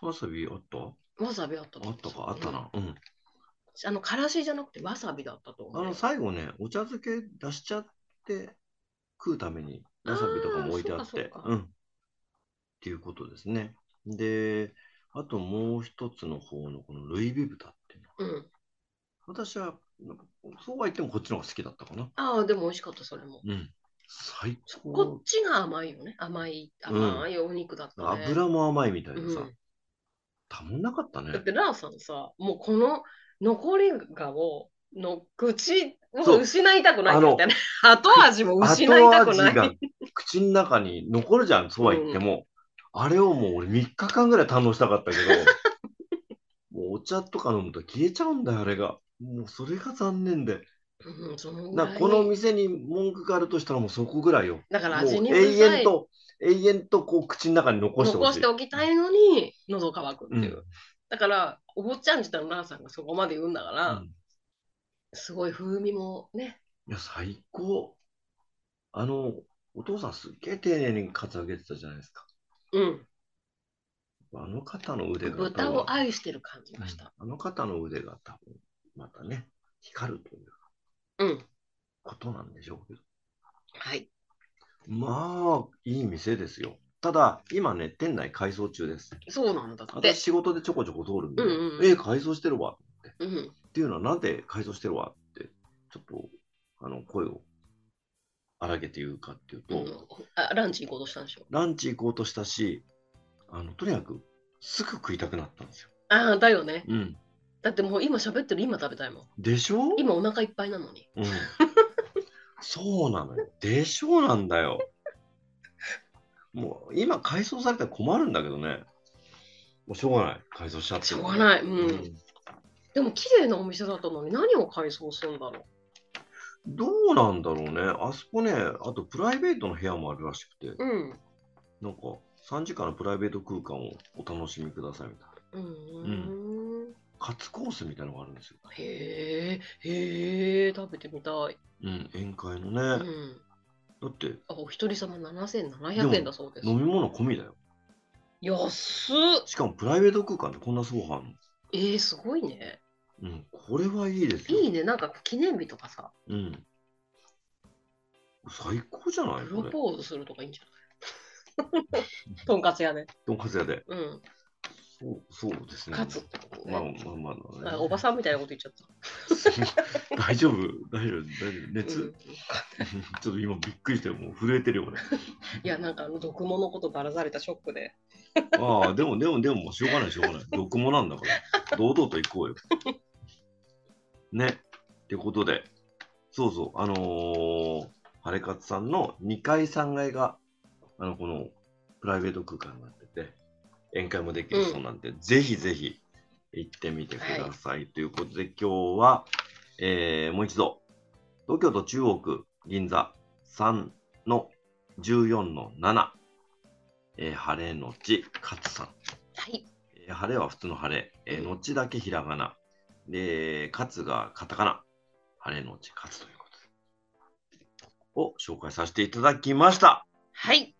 [SPEAKER 2] わさびあった
[SPEAKER 1] わさびあったと
[SPEAKER 2] あ
[SPEAKER 1] 思う
[SPEAKER 2] ったか、あった。な。うん。
[SPEAKER 1] うんあの、からしじゃなくてわさびだったと思
[SPEAKER 2] あ
[SPEAKER 1] う。
[SPEAKER 2] の、最後ね、お茶漬け出しちゃって食うために、わさびとかも置いてあっ
[SPEAKER 1] あーそう
[SPEAKER 2] て
[SPEAKER 1] かそう、か
[SPEAKER 2] うん。っていうことですね。で、あともう一つの方のこのルイビ豚っていうの。
[SPEAKER 1] うん。
[SPEAKER 2] 私は、なんかそうは言ってもこっちの方が好きだったかな。
[SPEAKER 1] ああ、でも美味しかった、それも。
[SPEAKER 2] うん。最
[SPEAKER 1] こ
[SPEAKER 2] 高
[SPEAKER 1] っ。ちが甘いよね。甘い、甘いお肉だったね。
[SPEAKER 2] 油も甘いみたいな
[SPEAKER 1] う
[SPEAKER 2] さ、
[SPEAKER 1] ん。
[SPEAKER 2] たまんなかったね
[SPEAKER 1] だっ。てラーさんさ、もうこの残り顔の口
[SPEAKER 2] そ
[SPEAKER 1] を
[SPEAKER 2] う
[SPEAKER 1] 失いたくない
[SPEAKER 2] あ
[SPEAKER 1] っ
[SPEAKER 2] の
[SPEAKER 1] て言ったね。 後味も失いたく
[SPEAKER 2] 後
[SPEAKER 1] な
[SPEAKER 2] 味が
[SPEAKER 1] い。
[SPEAKER 2] 口の中に残るじゃん、そうは言っても。あれをもう俺3日間ぐらい堪能したかったけど、 もうお茶とか飲むと消えちゃうんだよ、あれが。もうそれが残念で。
[SPEAKER 1] うん、そのぐ
[SPEAKER 2] な
[SPEAKER 1] ら
[SPEAKER 2] ん
[SPEAKER 1] い
[SPEAKER 2] かこの店に文句があるとしたらもうそこぐらいよ。
[SPEAKER 1] だから
[SPEAKER 2] もう
[SPEAKER 1] 味にうる
[SPEAKER 2] 永
[SPEAKER 1] さ
[SPEAKER 2] 遠
[SPEAKER 1] い
[SPEAKER 2] と、永遠とこう口の中に残してほ
[SPEAKER 1] 残
[SPEAKER 2] し
[SPEAKER 1] し
[SPEAKER 2] い
[SPEAKER 1] て。おきたいのに喉乾くっていう。
[SPEAKER 2] うん
[SPEAKER 1] だから、お坊ちゃん自体のラーさんがそこまで言うんだから、
[SPEAKER 2] うん
[SPEAKER 1] すごい風味もね。
[SPEAKER 2] いや、最高。あの、お父さんすっげえ丁寧にカツあげてたじゃないですか。
[SPEAKER 1] うん。
[SPEAKER 2] あの方の腕が多分。
[SPEAKER 1] 豚を愛してる感じがした。
[SPEAKER 2] うんあの方の腕が多分、またね、光るという
[SPEAKER 1] うん。
[SPEAKER 2] ことなんでしょうけど。
[SPEAKER 1] はい。
[SPEAKER 2] まあ、いい店ですよ。ただ、今ね、店内改装中です。
[SPEAKER 1] そうなんだって
[SPEAKER 2] 私、。仕事でちょこちょこ通るんで、
[SPEAKER 1] うんうんうん
[SPEAKER 2] えー、改装してるわ。
[SPEAKER 1] うん。
[SPEAKER 2] っていうのは、なんで改装してるわって、ちょっと、あの、声を荒げて言うかっていうと、
[SPEAKER 1] うんあランチ行こうとしたんでしょ。
[SPEAKER 2] ランチ行こうとしたし、あの、とにかく、すぐ食いたくなったんですよ。
[SPEAKER 1] ああ、だよね。
[SPEAKER 2] うん。
[SPEAKER 1] だってもう今喋ってる今食べたいもん。
[SPEAKER 2] でしょ
[SPEAKER 1] 今お腹いっぱいなのに。
[SPEAKER 2] うん、そうなのよ。でしょうなんだよ。もう今改装されたら困るんだけどね。もうしょうがない。改装しちゃって
[SPEAKER 1] しょ
[SPEAKER 2] る
[SPEAKER 1] う
[SPEAKER 2] から
[SPEAKER 1] がない。うん。
[SPEAKER 2] うん
[SPEAKER 1] でも綺麗なお店だったのに何を改装するんだろ
[SPEAKER 2] どうなんだろうね。あそこね、あとプライベートの部屋もあるらしくて、
[SPEAKER 1] う。うん。
[SPEAKER 2] なんか3時間のプライベート空間をお楽しみくださいみたいな。
[SPEAKER 1] うーん。
[SPEAKER 2] カツコースみたいなのがあるんですよ。
[SPEAKER 1] へえ、へえ、食べてみたい。
[SPEAKER 2] うん、宴会の
[SPEAKER 1] う
[SPEAKER 2] ね。
[SPEAKER 1] ん。
[SPEAKER 2] だって
[SPEAKER 1] あお一人様7700円だそうです
[SPEAKER 2] 飲。み物込みだよ。
[SPEAKER 1] 安っ
[SPEAKER 2] しかもプライベート空間でこんなソファーの。
[SPEAKER 1] えー、すごいね。
[SPEAKER 2] うん、これはいいですよ。
[SPEAKER 1] いいね。なんか記念日とかさ、
[SPEAKER 2] うん。最高じゃない
[SPEAKER 1] プ
[SPEAKER 2] こ
[SPEAKER 1] ロ
[SPEAKER 2] れ。
[SPEAKER 1] ポーズするとかいいんじゃない とんかつ屋で。
[SPEAKER 2] とんかつ屋で。
[SPEAKER 1] うん。
[SPEAKER 2] そうそうですね。
[SPEAKER 1] カツってこと
[SPEAKER 2] まあ
[SPEAKER 1] ね。
[SPEAKER 2] まあまあまあ、
[SPEAKER 1] あおばさんみたいなこと言っちゃった。
[SPEAKER 2] 大丈夫大丈夫大丈夫熱、
[SPEAKER 1] うん
[SPEAKER 2] ちょっと今びっくりしてもう震えてるよ俺。
[SPEAKER 1] いや、なんかあの、毒物のことばらされたショックで。
[SPEAKER 2] ああ、でもでもでもしょうがないしょうがない。毒もなんだから。堂々と行こうよ。ね。ってことで、そうそう、あのー、ハレカツさんの2階3階が、あの、このプライベート空間になってて、宴会もできるそうなんで、ぜひぜひ行ってみてください。ということで、今日は、えーもう一度、東京都中央区銀座3の14の7、えー晴れのち勝さん。
[SPEAKER 1] はい。
[SPEAKER 2] えー晴れは普通の晴れ、えーのちだけひらがな、で、勝がカタカナ、晴れのち勝ということで、を紹介させていただきました。
[SPEAKER 1] はい。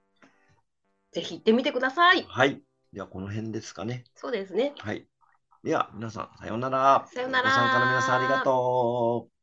[SPEAKER 1] ぜひ行ってみてください。
[SPEAKER 2] はい。では、この辺ですかね。
[SPEAKER 1] そうですね。
[SPEAKER 2] はい。では、皆さん、さようなら。
[SPEAKER 1] さようなら
[SPEAKER 2] ご参加の皆さん、ありがとう。